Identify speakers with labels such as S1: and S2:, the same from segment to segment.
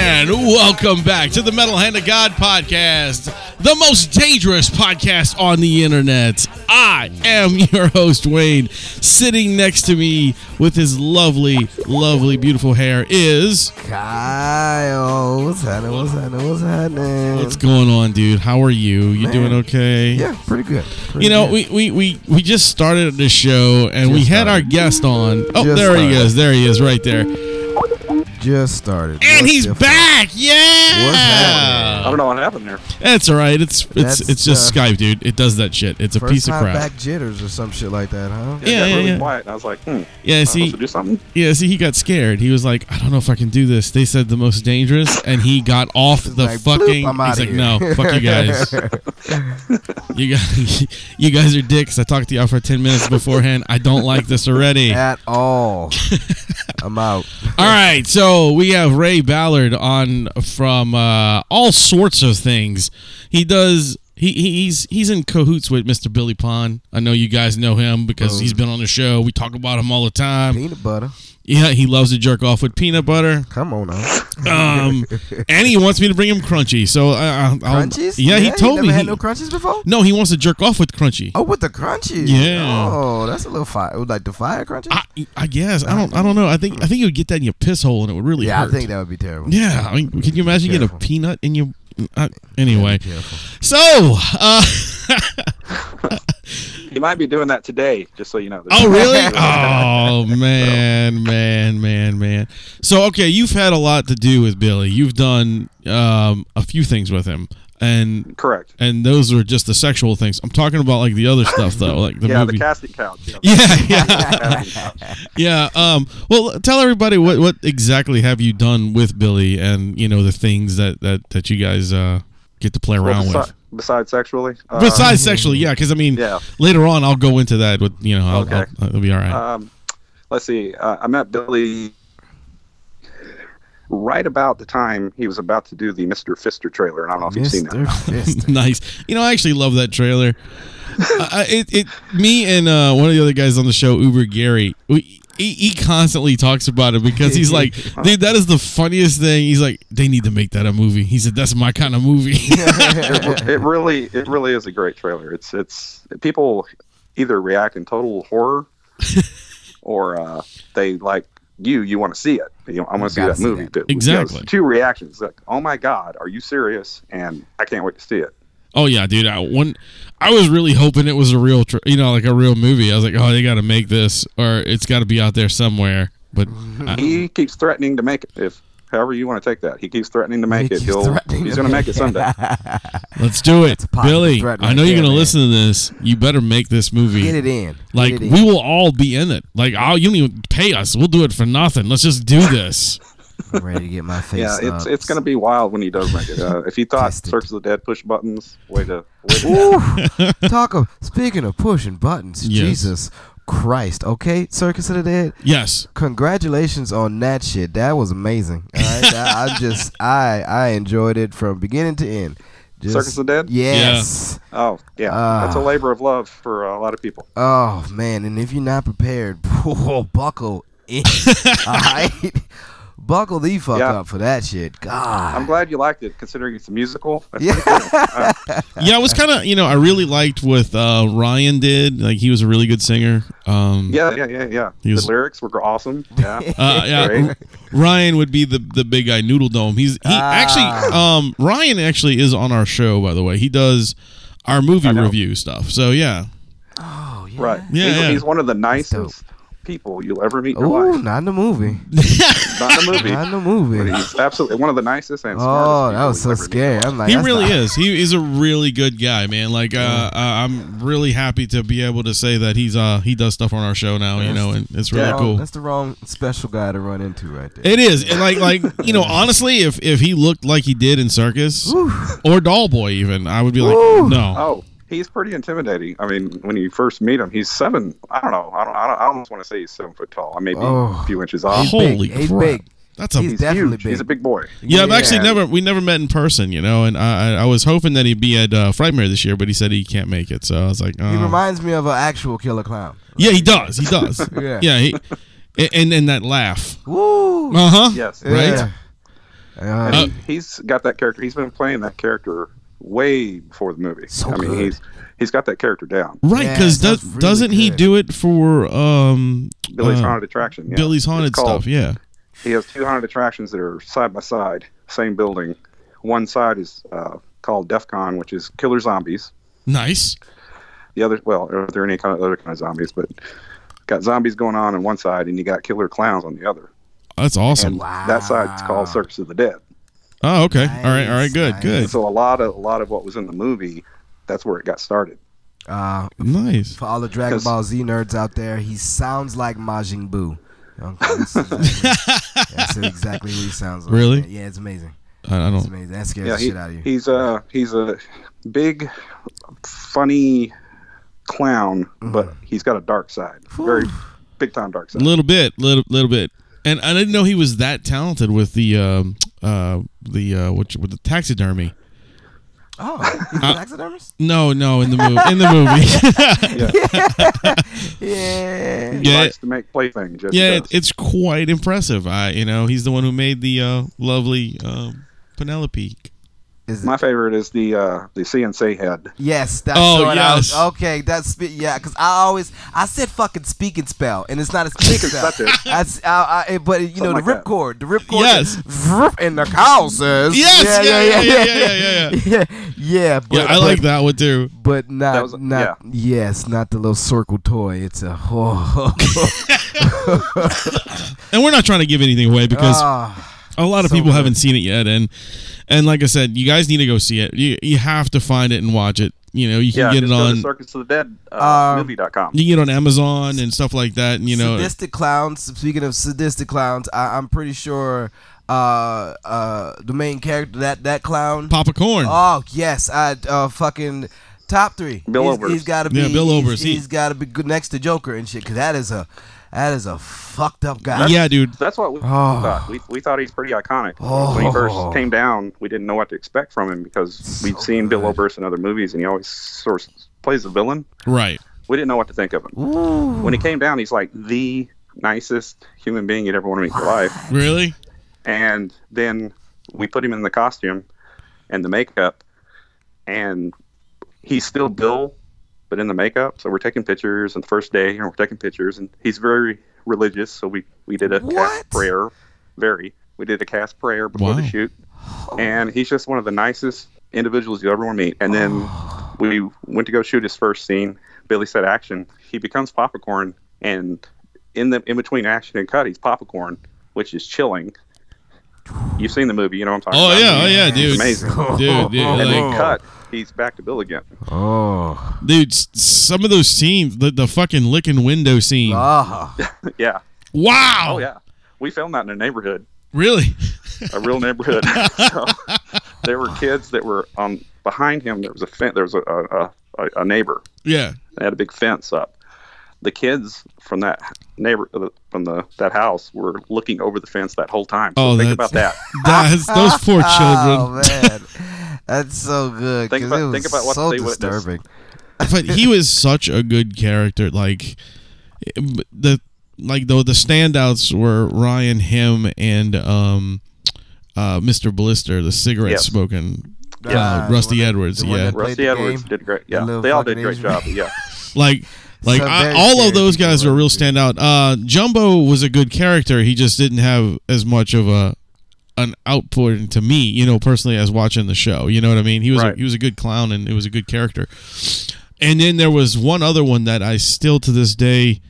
S1: welcome back to the Metal Hand of God podcast, the most dangerous podcast on the internet. I am your host, Wayne. Sitting next to me with his lovely, lovely, beautiful hair is.
S2: Kyle, what's happening? What's happening? What's happening?
S1: What's going on, dude? How are you? You
S2: Man.
S1: doing okay?
S2: yeah, pretty good. Pretty
S1: You know,
S2: good.
S1: we, we, we, we just started this show and we
S2: Just
S1: had our
S2: started.
S1: guest on. Oh,
S2: Just
S1: there he
S2: started.
S1: is. There he is, right there.
S2: just started,
S1: And
S2: What's
S1: he's
S2: different?
S1: back. Yeah.
S2: What's
S3: I don't know what happened there.
S1: That's all right. It's it's
S2: That's,
S1: it's just
S2: uh,
S1: Skype, dude. It does that shit. It's a
S2: First
S1: piece of
S2: time
S1: crap.
S2: back jitters or some shit like that, huh?
S1: Yeah,
S3: it got
S1: yeah,
S3: really
S1: yeah.
S3: quiet. And I was like, hmm,
S1: yeah,
S3: am I supposed
S1: see,
S3: to do something?
S1: yeah, see, he got scared. He was like, I don't know if I can do this. They said the most dangerous, and he got off
S2: It's
S1: the
S2: like, bloop,
S1: fucking.
S2: I'm
S1: he's
S2: outta
S1: like,
S2: here.
S1: no, fuck you guys. you guys, you guys are dicks. I talked to y'all for ten minutes beforehand. I don't like this already. All
S2: At all. I'm out.
S1: right, so we have Ray Ballard on from uh, all sorts of things. He does. He, he- he's he's in cahoots with Mr. Billy Pond. I know you guys know him because
S2: Boom.
S1: he's been on the show. We talk about him all the time.
S2: Peanut butter.
S1: Yeah, he loves to jerk off with peanut butter.
S2: Come on now.
S1: Um, and he wants me to bring him crunchy. So I, I, I'll,
S2: Crunchies?
S1: Um, Yeah, he told
S2: you
S1: me. He,
S2: Never had
S1: no,
S2: no crunchies before.
S1: he wants to jerk off with crunchy.
S2: Oh, with the crunchies.
S1: Yeah.
S2: Oh, that's a little fire. Like the fire crunchies.
S1: I, I guess I don't. I don't know. I think. I think you would get that in your piss hole, and it would really
S2: yeah,
S1: hurt.
S2: I think that would be terrible.
S1: yeah. I mean, can you imagine getting a
S2: Careful.
S1: peanut in your? Uh, anyway,
S2: Careful.
S1: so uh,
S3: He might be doing that today, just so you know.
S1: oh really? Oh man, man, man, man. So okay, you've had a lot to do with Billy. You've done um, a few things with him, and
S3: Correct.
S1: and those are just the sexual things. I'm talking about like the other stuff though, like the
S3: yeah,
S1: movie.
S3: the casting couch. you know, the
S1: yeah, yeah,
S3: casting couch.
S1: yeah. Um, well, tell everybody what what exactly have you done with Billy, and you know the things that that that you guys uh, get to play
S3: Well,
S1: around
S3: besi-
S1: with.
S3: Besides sexually. uh,
S1: Um, Besides sexually, yeah, because I mean,
S3: Yeah.
S1: later on I'll go into that with you know, I'll,
S3: Okay.
S1: I'll, it'll be all right.
S3: Um, let's see. Uh, I met Billy right about the time he was about to do the Mr. Fister trailer, and I don't know if you've seen that.
S2: Mr. Fist.
S1: nice. You know, I actually love that trailer. uh, I- it, it, me and uh, one of the other guys on the show, Uber Gary, we, he, he constantly talks about it because he's like, dude, that is the funniest thing. He's like, they need to make that a movie. He said, that's my kind of movie.
S3: it, it really it really is a great trailer it's it's people either react in total horror or uh they like you you want to see it you know, i want to see
S2: Gotta
S3: that
S2: see
S3: movie
S2: that.
S3: But, you know,
S1: Exactly.
S3: it's two reactions like oh my god are you serious and i can't wait to see it
S1: oh yeah, dude. I, one, I was really hoping it was a real, tr you know, like a real movie. I was like, oh, they got to make this, or it's got to be out there somewhere. But I,
S2: Mm-hmm.
S3: he keeps threatening to make it if however you want to take that he keeps threatening to make
S2: He
S3: it
S2: keeps
S3: he'll
S2: threatening
S3: he's
S2: to
S3: gonna
S2: make
S3: make it someday
S1: let's do it,
S2: a positive
S1: Billy.
S2: threat
S1: I
S2: right
S1: know you're
S2: there,
S1: gonna
S2: man.
S1: listen to this. You better make this movie.
S2: Get it in. Get
S1: Like
S2: it in.
S1: we will all be in it. Like I'll, you don't even pay us. We'll do it for nothing. Let's just do this.
S2: I'm ready to get my face.
S3: yeah
S2: up.
S3: it's it's gonna be wild when he does make it uh, if he thought
S2: Tested.
S3: search of the dead push buttons way to way to
S2: Ooh, talk of speaking of pushing buttons,
S1: Yes.
S2: Jesus Christ. Okay, Circus of the Dead.
S1: Yes.
S2: Congratulations on that shit. That was amazing. All right, I, I just I I enjoyed it from beginning to end. Just,
S3: Circus of the Dead?
S2: Yes.
S3: oh yeah
S2: Ah.
S3: that's a labor of love for a lot of people
S2: Oh man, and if you're not prepared, buckle in. all right, buckle the fuck
S3: Yeah.
S2: up for that shit. God.
S3: I'm glad you liked it, considering it's a musical. That's
S2: Yeah.
S3: pretty cool. Uh,
S1: Yeah, I was kind of you know I really liked what uh, Ryan did. Like he was a really good singer. Um,
S3: yeah, yeah, yeah, yeah.
S1: He was-
S3: The lyrics were awesome. Yeah,
S1: Uh, yeah.
S3: Right.
S1: Ryan would be the the big guy Noodle Dome. He's he
S2: Ah.
S1: actually um Ryan actually is on our show by the way. He does our movie
S3: I know.
S1: review stuff. So yeah.
S2: Oh yeah.
S3: right.
S1: Yeah,
S3: he's,
S1: yeah.
S3: he's one of the
S2: dope.
S3: nicest people you'll ever meet in your
S2: Ooh,
S3: life.
S2: not in the movie.
S3: Not in the movie.
S2: Not in the movie.
S3: but he's absolutely one of the nicest and smartest.
S2: Oh, that
S3: people
S2: was so
S3: you'll ever meet.
S2: scary. I'm like,
S1: He
S2: that's
S1: really
S2: not-
S1: is. He is a really good guy, man. Like uh, uh, I'm really happy to be able to say that he's uh he does stuff on our show now, you know, and it's really
S3: Yeah.
S2: wrong-
S1: cool.
S2: That's the wrong special guy to run into right there.
S1: It is, and like like you know, honestly, if if he looked like he did in Circus or Dollboy, even I would be like,
S2: Ooh.
S1: no,
S3: Oh, he's pretty intimidating. I mean, when you first meet him, he's seven. I don't know. I don't. I, don't, I almost want to say he's seven foot tall. I may be
S2: Oh.
S3: a few inches off.
S2: He's
S1: holy
S2: big. He's
S1: crap.
S2: big.
S1: that's a
S2: He's
S3: He's
S2: definitely
S3: huge.
S2: big.
S3: He's a big boy.
S1: yeah. I've actually
S3: Yeah.
S1: never we never met in person, you know, and I I I was hoping that he'd be at uh, Frightmare this year, but he said he can't make it, so I was like,
S2: He
S1: oh.
S2: reminds me of an actual killer clown.
S1: yeah, he does, he does,
S2: Yeah.
S1: yeah, he, and and that laugh,
S2: Woo!
S1: uh huh,
S3: Yes.
S2: Yeah.
S1: right?
S2: Uh,
S1: Uh,
S3: And he- he's got that character. He's been playing that character way before the movie.
S2: So
S3: I mean,
S2: good.
S3: he's he's got that character down.
S1: Right,
S2: Yeah,
S1: because
S2: sounds really
S1: doesn't he
S2: good.
S1: do it for um
S3: Billy's
S1: uh,
S3: haunted attraction. yeah.
S1: Billy's
S3: It's
S1: haunted
S3: called-
S1: stuff? Yeah,
S3: He has two haunted attractions that are side by side, same building. One side is uh, called DEF CON, which is killer zombies.
S1: nice.
S3: The other, well, are there any kind of other kind of zombies? But got zombies going on on one side, and you got killer clowns on the other.
S1: That's awesome.
S2: wow.
S3: That side's called Circus of the Dead.
S1: Oh, okay. all right, all right,
S2: Nice,
S1: good,
S2: nice.
S1: good,
S3: So a lot of a lot of what was in the movie, that's where it got started.
S2: Uh,
S1: nice.
S2: for all the Dragon
S3: 'Cause-
S2: Ball Z nerds out there, he sounds like Majin Buu. Okay, That's exactly, that's exactly what he sounds like.
S1: Really?
S2: Yeah, it's amazing.
S1: I, I
S2: It's
S1: don't.
S2: amazing. That scares
S3: yeah,
S2: the
S3: he-
S2: shit out of you.
S3: he's a he's a big, funny clown, but
S2: Mm-hmm.
S3: he's got a dark side, very big time dark
S1: A
S3: side.
S1: little bit, little little bit, and I didn't know he was that talented with the um uh the uh what you- with the taxidermy.
S2: oh, he's a taxidermist?
S1: No, no, in the movie, in the movie,
S2: Yeah.
S3: He
S1: yeah,
S3: likes to make playthings. Jesse
S1: yeah,
S3: does.
S1: it, it's quite impressive. I, you know, he's the one who made the uh, lovely um, Penelope.
S2: Is it-
S3: My favorite is the uh, the CNC head.
S2: Yes, that's
S1: Oh,
S2: what I was.
S1: yes.
S2: Okay, that's spe- yeah. Because I always I said fucking speak and spell, and it's not a speak and spell.
S3: That's it.
S2: That's I, I, but you know
S3: Something like
S2: the
S3: that.
S2: ripcord, the ripcord.
S1: Yes.
S2: vroom, and the cow says.
S1: Yes, yeah, yeah, yeah,
S2: yeah, yeah. Yeah, but,
S1: Yeah, I like
S2: but,
S1: that one too.
S2: but not
S3: That was-
S2: not yes, not the little circle toy. It's a oh,
S1: And we're not trying to give anything away because
S2: Ah,
S1: a lot of
S2: so
S1: people
S2: good.
S1: haven't seen it yet, and and like I said, you guys need to go see it. You you have to find it and watch it. You know, you can
S3: Yeah,
S1: get it
S3: just go
S1: on
S3: to Circus of the Dead uh,
S2: Um,
S3: movie.com.
S1: you can get it on Amazon and stuff like that. And, you know,
S2: sadistic clowns. Speaking of sadistic clowns, I, I'm pretty sure uh uh the main character that that clown
S1: Papa Corn.
S2: Oh yes, I uh, fucking top three.
S3: Bill
S2: he's,
S3: Overs.
S2: He's got to be.
S1: Yeah, Bill Overs,
S2: He's,
S1: he-
S2: he's got to be good next to Joker and shit. Cause that is a, that is a fucked up guy.
S1: yeah, dude.
S3: That's what we
S2: Oh.
S3: thought. We, we thought he's pretty iconic. When he
S2: Oh.
S3: first came down, we didn't know what to expect from him because we
S2: So
S3: would seen Bill
S2: good.
S3: Oberst in other movies, and he always sort of plays the villain.
S1: Right.
S3: We didn't know what to think of him.
S2: Ooh.
S3: When he came down, he's like the nicest human being you'd ever want to meet in your life.
S1: Really?
S3: And then we put him in the costume and the makeup, and he's still Bill, but in the makeup. So we're taking pictures, and the first day, you know, we're taking pictures, and he's very religious. So we we did a
S2: What?
S3: cast prayer, very. We did a cast prayer before the
S1: Wow.
S3: shoot, and he's just one of the nicest individuals you ever want to meet. And then we went to go shoot his first scene. Billy said action. He becomes popcorn, and in the in between action and cut, he's popcorn, which is chilling. You've seen the movie, you know what I'm talking
S1: Oh
S3: about.
S1: yeah, oh yeah, dude.
S3: amazing.
S1: Dude, dude,
S3: And then
S1: like-
S3: cut, he's back to Bill again.
S2: Oh.
S1: Dude, s- some of those scenes, the, the fucking licking window scene.
S2: Oh.
S3: yeah.
S1: wow.
S3: Oh yeah. We filmed that in a neighborhood,
S1: Really?
S3: a real neighborhood. so there were kids that were um behind him. There was a fence. There was a a, a a neighbor.
S1: yeah.
S3: They had a big fence up. The kids from that neighbor uh, from the that house were looking over the fence that whole time. So
S1: Oh,
S3: think
S1: that's-
S3: about that.
S1: That's, those poor
S2: Oh
S1: children.
S2: man, that's so good.
S3: Think
S2: 'cause
S3: about-
S2: it was
S3: think about what
S2: so
S3: they witnessed.
S2: disturbing.
S1: but he was such a good character. Like the like though the standouts were Ryan, him, and um, uh, Mr. Blister, the cigarette
S3: Yes.
S1: smoking.
S2: Yeah.
S1: Uh, Rusty
S2: The one that-
S1: Edwards,
S2: the one
S1: yeah.
S2: that- Played
S3: Rusty
S2: the
S3: Edwards
S2: game.
S3: did great.
S2: The
S3: Yeah,
S2: little
S3: they all
S2: fucking
S3: did great
S2: Asian-
S3: job. Yeah,
S1: Like, like
S2: Some
S1: I,
S2: very
S1: all of those
S2: scary
S1: guys
S2: people,
S1: are real
S2: right?
S1: standout. Uh, Jumbo was a good character. He just didn't have as much of a an output to me, you know, personally, as watching the show. You know what I mean? He was a,
S3: Right.
S1: he was a good clown and it was a good character. And then there was one other one that I still to this day.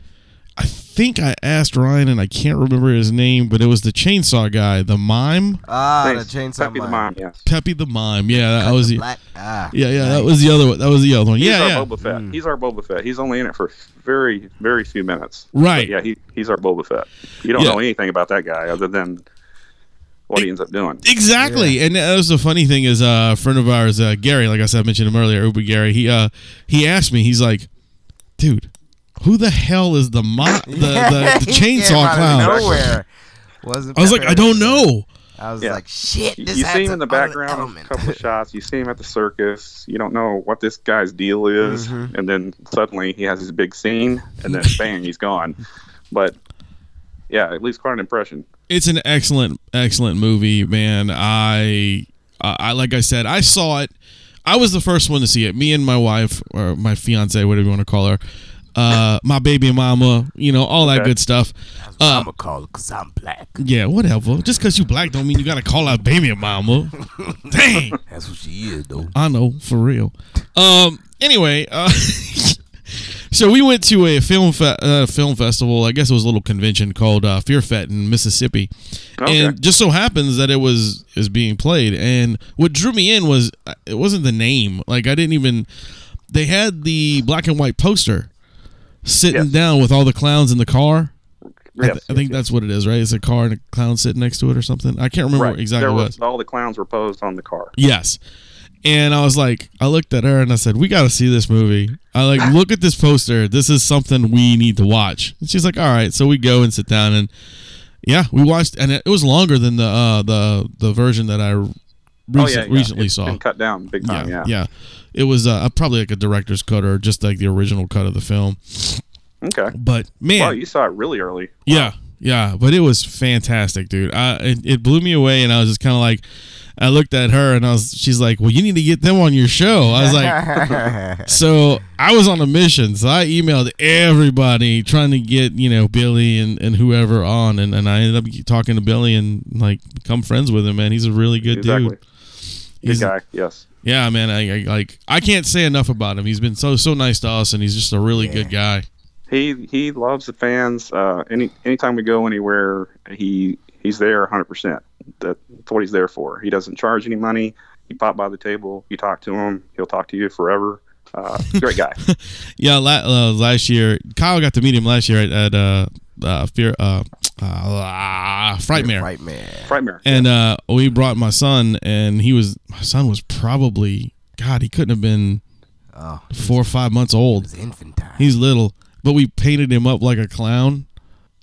S1: I think I asked Ryan, and I can't remember his name, but it was the chainsaw guy, the mime,
S2: Ah, the chainsaw
S3: Thanks. Peppy the
S2: man.
S3: mime. Yes.
S1: Peppy the mime. Yeah, that was the,
S2: Black. Ah.
S1: yeah, yeah, that was the other one. That was the other one.
S3: He's
S1: Yeah,
S3: our
S1: yeah, Mm.
S3: Boba Fett. He's our Boba Fett. He's only in it for very, very few minutes.
S1: right.
S3: Yeah, he, he's our Boba Fett. You don't
S1: Yeah.
S3: know anything about that guy other than what he ends up doing.
S1: Exactly, and that was the funny thing is uh, a friend of ours, uh, Gary. Like I said, I mentioned him earlier, Uber Gary. He uh, he asked me, he's like, "Dude, who the hell is the mo- the, the, the
S2: He came
S1: chainsaw
S2: out of
S1: clown?"
S2: Nowhere. Wasn't
S1: I was like, "I don't know."
S2: I was
S3: Yeah.
S2: like, shit.
S3: You,
S2: This
S3: you
S2: has
S3: see him
S2: to-
S3: in the
S2: all
S3: background, a
S2: element.
S3: couple of shots. You see him at the circus. You don't know what this guy's deal is, and then suddenly he has his big scene, and then bang, he's gone. But yeah, it leaves quite an impression.
S1: it's an excellent excellent movie man i i I- like i said i saw it i was the first one to see it me and my wife or my fiance whatever you want to call her uh my baby mama you know all that
S3: Okay.
S1: good stuff uh,
S2: I'm gonna call it because I'm black.
S1: yeah whatever just because you black don't mean you gotta call out baby mama dang
S2: That's what she is, though.
S1: I know for real. Um. Anyway, uh, so we went to a film fe- uh, film festival. I guess it was a little convention called uh, Fear Fet in Mississippi,
S3: Okay.
S1: and just so happens that it was is being played. And what drew me in was uh, it wasn't the name. Like I didn't even. They had the black and white poster sitting
S3: Yes.
S1: down with all the clowns in the car. I,
S3: Yes,
S1: th- I think that's what it is, right? It's a car and a clown sitting next to it or something. I can't remember
S3: right.
S1: exactly
S3: there
S1: what. it
S3: were,
S1: was.
S3: all the clowns were posed on the car.
S1: Yes. And I was like, I looked at her and I said, "We got to see this movie." I like look at this poster. This is something we need to watch. And she's like, "All right." So we go and sit down, and yeah, we watched, and it it was longer than the uh, the the version that I recent, recently
S3: Oh, It's
S1: saw.
S3: been cut down big time. Yeah,
S1: yeah, It was uh, probably like a director's cut or just like the original cut of the film.
S3: Okay.
S1: But man,
S3: Wow, you saw it really early.
S1: yeah, yeah, but it was fantastic, dude. I it, it blew me away, and I was just kind of like, I looked at her, and I was, she's like, "Well, you need to get them on your show." I was like, so I was on a mission, so I emailed everybody trying to get you know Billy and, and whoever on, and, and I ended up talking to Billy and like become friends with him. Man, he's a really good
S3: exactly.
S1: dude.
S3: Good
S1: He's-
S3: guy. Yes.
S1: Yeah, man. I, I like I can't say enough about him. He's been so so nice to us, and he's just a really good guy.
S3: He he loves the fans. Uh, any anytime we go anywhere, he he's there 100. percent That's what he's there for. He doesn't charge any money. You pop by the table, you talk to him, he'll talk to you forever. Uh, great guy.
S1: Yeah, la- uh, last year Kyle got to meet him last year at, at uh, uh fear uh, uh frightmare.
S2: Right, man.
S3: Frightmare.
S1: And uh, we brought my son, and he was my son was probably God. He couldn't have been
S2: Oh,
S1: four or five months old.
S2: it's infantile.
S1: He's little, but we painted him up like a clown.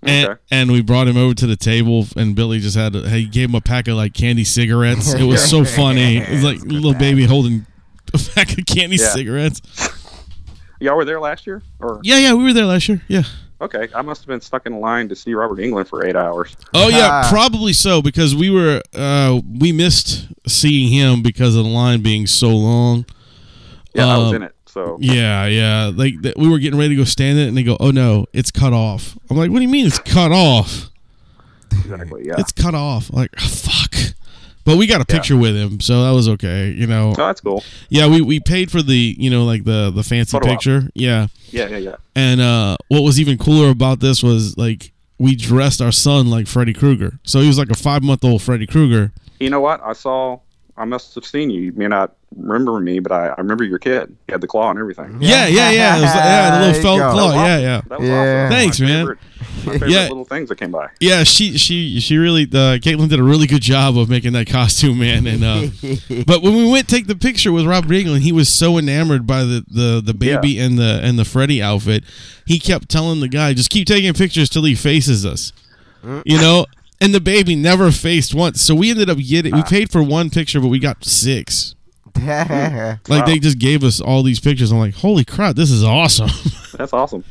S1: And,
S3: Okay.
S1: and we brought him over to the table, and Billy just had a, he gave him a pack of like candy cigarettes. It was so funny. It was like a little baby holding a pack of candy
S3: Yeah.
S1: cigarettes.
S3: Y'all were there last year, or
S1: Yeah, yeah, we were there last year. Yeah.
S3: okay, I must have been stuck in line to see Robert England for eight hours.
S1: Oh yeah,
S2: Ah.
S1: probably so because we were uh, we missed seeing him because of the line being so long.
S3: Yeah, I was
S1: Um,
S3: in it. So
S1: Yeah, yeah. Like th- we were getting ready to go stand it, and they go, "Oh no, it's cut off." I'm like, "What do you mean it's cut off?
S3: exactly. Yeah.
S1: It's cut off!" I'm like, "Oh, fuck. But we got a picture with him, so that was okay. You know,
S3: Oh, that's cool.
S1: yeah, we, we paid for the you know like the the fancy
S3: Photo op.
S1: picture. Yeah,
S3: Yeah, yeah, yeah.
S1: and uh, what was even cooler about this was like we dressed our son like Freddy Krueger, so he was like a five month old Freddy Krueger.
S3: You know what? I saw. I must have seen you. You may not remember me, but I, I remember your kid. He had the claw and everything.
S1: Yeah, yeah, yeah. It was, yeah, the
S2: There
S1: little
S2: you
S1: felt
S2: go.
S1: claw.
S3: That was
S1: Yeah,
S3: awesome.
S1: yeah,
S3: That was
S2: Yeah.
S3: awesome.
S1: Thanks,
S3: my
S1: man.
S3: Favorite, my favorite
S1: Yeah.
S3: little things that came by.
S1: yeah. She, she, she really. Uh, Caitlin did a really good job of making that costume, man. And uh, but when we went take the picture with Rob Riggle, he was so enamored by the the the baby and the and the Freddy outfit, he kept telling the guy, "Just keep taking pictures till he faces us," you know. And the baby never faced once, so we ended up getting. We paid for one picture, but we got six. Like
S3: Wow.
S1: they just gave us all these pictures. I'm like, holy crap, this is awesome.
S3: That's awesome.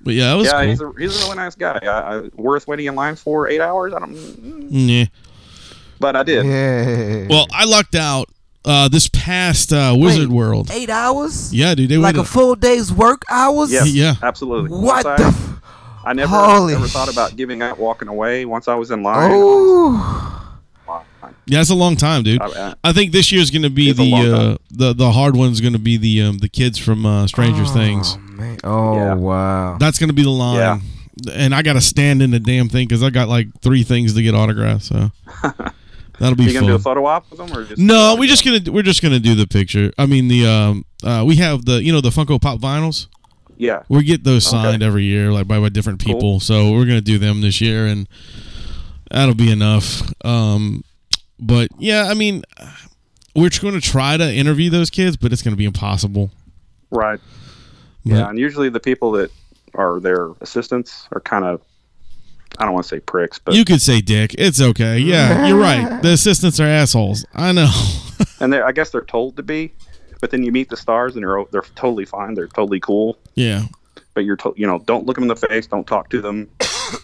S1: but yeah, that was
S3: yeah,
S1: cool.
S3: he's a he's a really nice guy. I, I, worth waiting in line for eight hours. I don't.
S1: Mm, yeah.
S3: But I did.
S2: yeah.
S1: Well, I lucked out uh, this past uh, Wizard
S2: Wait.
S1: World.
S2: eight hours?
S1: Yeah, dude, they
S2: Like
S1: were
S2: a full day's work hours?
S3: Yes,
S1: Yeah.
S3: absolutely.
S2: What
S3: Once
S2: the?
S3: I,
S2: F-
S3: I never
S2: Holy
S3: ever thought about giving up, walking away. Once I was in line,
S2: oh.
S1: yeah, that's a long time, dude.
S3: I- I-
S1: I think this year's gonna be
S3: It's a long
S1: the uh,
S3: time.
S1: the the hard one's gonna be the um, the kids from uh, Stranger
S3: Ah.
S1: Things.
S2: Oh, man. Oh,
S3: Yeah.
S2: wow.
S1: That's gonna be the line.
S3: Yeah.
S1: And I gotta stand in the damn thing because I got like three things to get autographed. So that'll be
S3: you gonna do a
S1: fun.
S3: photo op with them or just
S1: No, we just gonna we're just gonna do the picture. I mean the um uh, we have the you know the Funko Pop vinyls.
S3: yeah.
S1: We get those
S3: Okay.
S1: signed every year, like by, by different people.
S3: Cool.
S1: So we're gonna do them this year, and that'll be enough. Um, but yeah, I mean, we're going to try to interview those kids, but it's gonna be impossible.
S3: Right.
S1: But-
S3: Yeah, and usually the people that are their assistants are kind of I don't want to say pricks, but
S1: you could say dick. It's okay. Yeah, you're right. The assistants are assholes. I know.
S3: and they I guess they're told to be, but then you meet the stars and they're o- they're totally fine, they're totally cool,
S1: yeah.
S3: but you're told you know don't look them in the face, don't talk to them,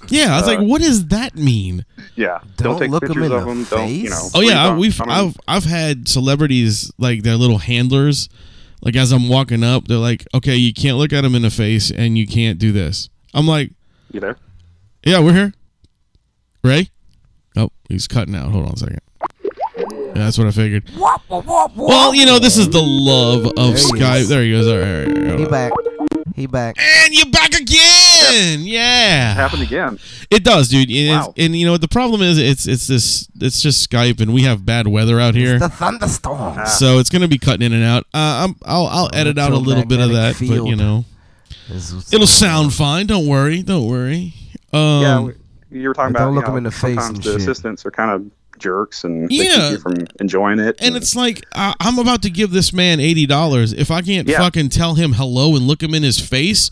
S1: Yeah, I was
S3: Uh,
S1: like, what does that mean?
S3: Yeah,
S2: Don't
S3: take
S2: look 'em
S3: pictures
S2: in
S3: of
S2: the
S3: them. Don't you
S2: face.
S3: know?
S1: Oh yeah, I,
S3: leave 'em.
S1: we've
S3: I mean,
S1: I've I've had celebrities like their little handlers, like as I'm walking up, they're like, okay, you can't look at them in the face, and you can't do this. I'm like,
S3: you there?
S1: yeah, we're here. Ray, oh, he's cutting out. Hold on a second. Yeah, that's what I figured. Well, you know, this is the love
S2: There
S1: of
S2: he
S1: Skype.
S2: is.
S1: There he goes. All right, all right, all right, all
S2: He
S1: right.
S2: back. He back.
S1: And you're back again. Yeah.
S3: Happened again.
S1: It does, dude. And, it's-
S3: Wow.
S1: and you know what the problem is? It's it's this it's just Skype, and we have bad weather out here,
S2: The thunderstorm.
S3: Ah.
S1: so it's gonna be cutting in and out. Uh, I'm I'll I'll edit out a little bit of that,
S2: Electromagnetic
S1: but you
S2: field.
S1: know
S2: This is-
S1: it'll sound fine. Don't worry, don't worry. Um,
S3: yeah,
S1: yeah,
S3: we- you were talking
S2: Don't
S3: about you
S2: look 'em
S3: know,
S2: in the face
S3: sometimes
S2: and
S3: the
S2: shit.
S3: assistants are kind of jerks and they
S1: Yeah.
S3: keep you from enjoying it.
S1: and it's like I, I'm about to give this man eighty dollars. If I can't
S3: Yeah.
S1: fucking tell him hello and look him in his face,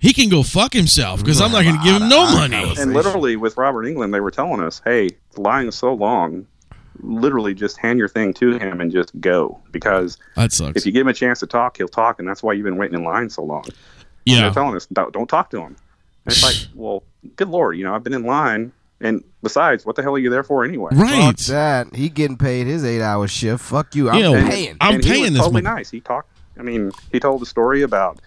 S1: he can go fuck himself because I'm not gonna give him no money.
S3: and literally with Robert England, they were telling us, "Hey, the line is so long. Literally, just hand your thing to him and just go because
S1: That
S3: if
S1: sucks.
S3: you give him a chance to talk, he'll talk, and that's why you've been waiting in line so long." And
S1: Yeah,
S3: they're telling us, "Don't don't talk to him." And it's like, well, good lord, you know, I've been in line, and besides, what the hell are you there for anyway?
S2: Fuck
S1: right.
S2: that. He getting paid his eight hour shift. Fuck you. I'm
S1: Yeah.
S2: paying.
S1: I'm
S3: and he was
S1: paying this
S3: totally
S1: money.
S3: nice. He talked. I mean, he told the story about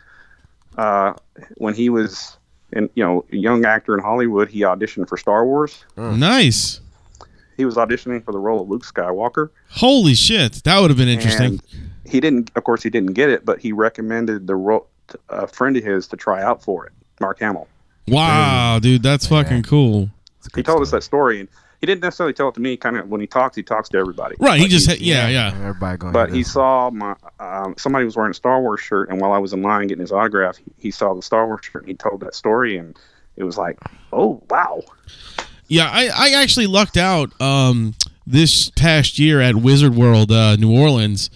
S3: uh, when he was, in, you know, a young actor in Hollywood. He auditioned for Star Wars.
S1: Nice.
S3: He was auditioning for the role of Luke Skywalker.
S1: Holy shit, that would have been interesting.
S3: And he didn't, of course, he didn't get it, but he recommended the role to a friend of his to try out for it, Mark Hamill.
S1: Wow, dude, that's fucking cool.
S2: It's a
S3: He
S2: good
S3: told us
S2: story.
S3: that story, and he didn't necessarily tell it to me. Kind of when he talks, he talks to everybody.
S1: Right, he
S3: Like,
S1: just hit, yeah, yeah.
S2: Everybody going.
S3: But he saw my um, somebody was wearing a Star Wars shirt, and while I was in line getting his autograph, he, he saw the Star Wars shirt. and He told that story, and it was like, oh wow,
S1: Yeah, I, I actually lucked out um this past year at Wizard World uh New Orleans.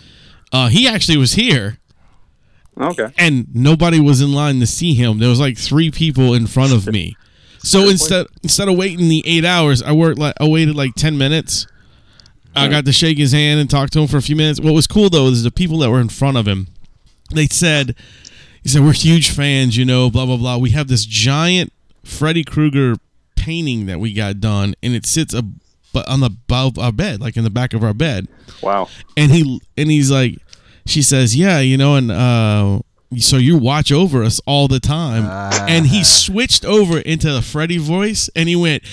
S1: Uh he actually was here
S3: okay,
S1: and nobody was in line to see him. There was like 3 people in front of me. So instead instead of waiting the 8 hours, I worked like I waited like 10 minutes. I got to shake his hand and talk to him for a few minutes. What was cool though is the people that were in front of him. They said he said we're huge fans you know blah blah blah we have this giant freddy krueger painting that we got done and it sits ab- bu- on the above our bed like in the back of our bed
S3: wow,
S1: and he and he's like she says yeah you know and uh so you watch over us all the time and he switched over into the freddy voice and he went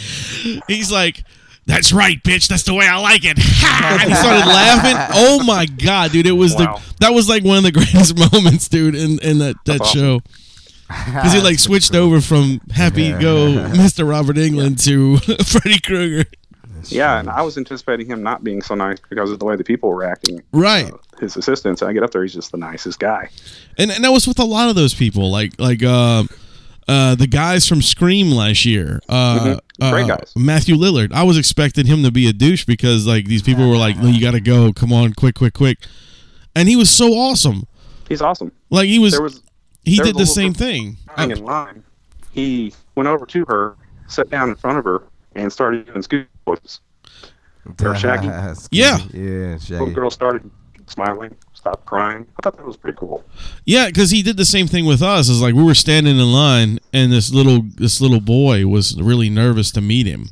S1: he's like that's right, bitch. That's the way I like it. and he started laughing. Oh my god, dude! It was
S3: Wow.
S1: the that was like one of the greatest moments, dude, in, in that, that
S3: awesome.
S1: show. Because he like switched over from Happy Go Mr. Robert England to Freddy Krueger.
S3: yeah. And I was anticipating him not being so nice because of the way the people were acting.
S1: Right.
S3: His assistants, and I get up there, he's just the nicest guy.
S1: And and that was with a lot of those people, like like uh, uh, the guys from Scream last year. Uh,
S3: Mhm. Great
S1: uh,
S3: guys.
S1: Matthew Lillard. I was expecting him to be a douche because like these people were like, "You got to go. Come on, quick, quick, quick." And he was so awesome.
S3: He's awesome.
S1: Like he was
S3: There was
S1: he
S3: there
S1: did the
S3: was a
S1: same
S3: little-
S1: thing.
S3: lying in line. He went over to her, sat down in front of her, and started doing scoop voices. or Shaggy.
S1: Yeah.
S2: Yeah,
S3: Little
S2: Shaggy.
S3: girl started smiling, stopped crying. I thought that was pretty cool.
S1: Yeah, because he did the same thing with us. Is like we were standing in line, and this little this little boy was really nervous to meet him,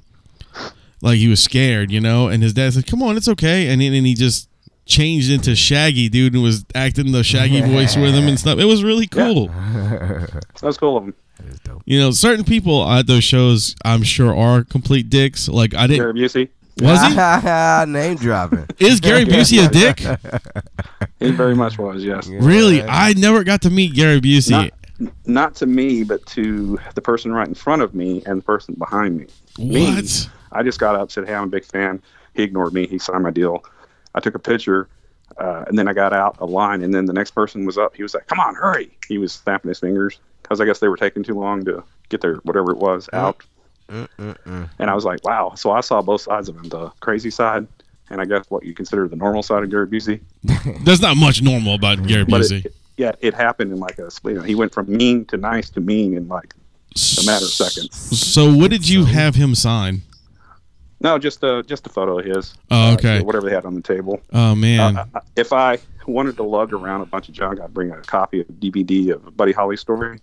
S1: like he was scared, you know. And his dad said, "Come on, it's okay," and then and he just changed into Shaggy, dude, and was acting the Shaggy voice with him and stuff. It was really cool.
S3: That was cool of him.
S1: You know, certain people at those shows, I'm sure, are complete dicks. Like I
S3: Gary
S1: didn't
S3: Busey,
S1: was
S2: Name dropping.
S1: he is Gary Busey a dick?
S3: he very much was. Yes,
S1: Really, I never got to meet Gary Busey.
S3: Not- not to me, but to the person right in front of me and the person behind me. Me,
S1: what?
S3: I just got up, said, "Hey, I'm a big fan." He ignored me. He signed my deal. I took a picture, uh, and then I got out a line, and then the next person was up. He was like, "Come on, hurry!" He was snapping his fingers because I guess they were taking too long to get their whatever it was out. And I was like, "Wow!" So I saw both sides of him: the crazy side, and I guess what you consider the normal side of Gary Busey.
S1: There's not much normal about Gary
S3: But
S1: Busey.
S3: it, yeah, it happened in like a split. You know, he went from mean to nice to mean in like a matter of seconds.
S1: So what did you have him sign?
S3: No, just uh, just a photo of his.
S1: Oh,
S3: Uh,
S1: okay.
S3: whatever they had on the table.
S1: Oh man.
S3: Uh, if I wanted to lug around a bunch of junk, I'd bring a copy of DVD of Buddy Holly's story,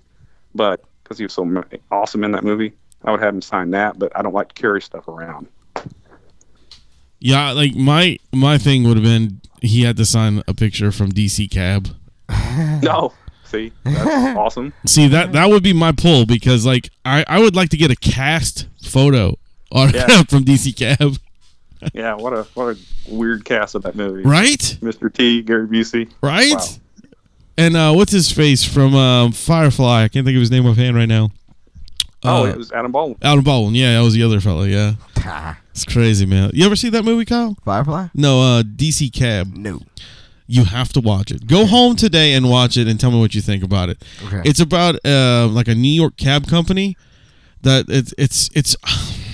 S3: but because he was so ma- awesome in that movie, I would have him sign that, but I don't like to carry stuff around.
S1: Yeah, like my my thing would have been he had to sign a picture from DC Cab.
S3: No. See, that's awesome.
S1: See that that would be my pull because like I I would like to get a cast photo autograph
S3: Yeah.
S1: from DC Cab,
S3: Yeah, what a what a weird cast of that movie.
S1: right?
S3: Mr. T, Gary Busey.
S1: Right?
S3: Wow.
S1: And uh what's his face from um, Firefly? I can't think of his name offhand right now.
S3: Oh,
S1: Uh,
S3: it was Adam Baldwin.
S1: Adam Baldwin. Yeah, that was the other fellow. Yeah,
S2: Ta.
S1: it's crazy, man. You ever see that movie, Kyle?
S2: Firefly?
S1: No, uh, DC Cab.
S2: No.
S1: You have to watch it. Go home today and watch it, and tell me what you think about it.
S2: Okay.
S1: It's about uh, like a New York cab company that it's it's it's.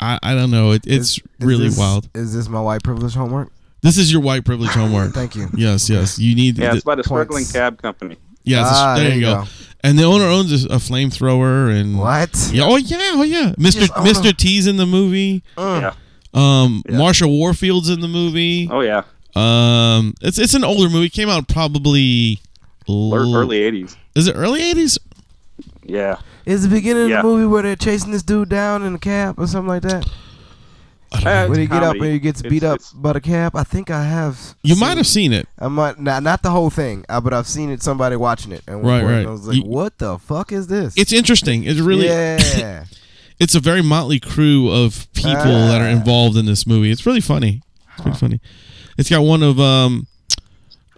S1: I, I don't know. It, it's
S2: Is- is
S1: really
S2: this-
S1: wild.
S2: Is this my white privilege homework?
S1: This is your white privilege homework.
S2: Thank you.
S1: Yes, yes. You need.
S3: Yeah, it's
S1: the,
S3: about a struggling
S2: points.
S3: cab company.
S1: yes
S2: Ah,
S1: there, you go. And the owner owns a, a flamethrower and.
S2: What?
S1: Yeah, oh yeah, oh yeah. Mr.
S2: own
S1: Mr.
S2: a-
S1: T's in the movie.
S2: Mm.
S3: Yeah.
S1: Um,
S3: Yeah.
S1: Marsha Warfield's in the movie.
S3: Oh yeah,
S1: Um, it's it's an older movie. It came out probably
S3: Ear-
S1: Mm.
S3: early '80s.
S1: Is it early eighties?
S3: Yeah,
S2: Is the beginning
S3: Yeah.
S2: of the movie where they're chasing this dude down in a cab or something like that?
S3: Uh,
S2: When he get up
S3: comedy.
S2: and he gets
S3: It's-
S2: beat up
S3: it's-
S2: by the cab? I think I have.
S1: You
S2: seen-
S1: might have seen it.
S2: I might not not the whole thing, uh, but I've seen it. Somebody watching it. At one
S1: Right,
S2: point, and
S1: right.
S2: I was like,
S1: You-
S2: "What the fuck is this?"
S1: It's interesting. It's really
S2: yeah.
S1: it's a very motley crew of people
S2: Ah.
S1: that are involved in this movie. It's really funny. It's pretty funny. It's got one of um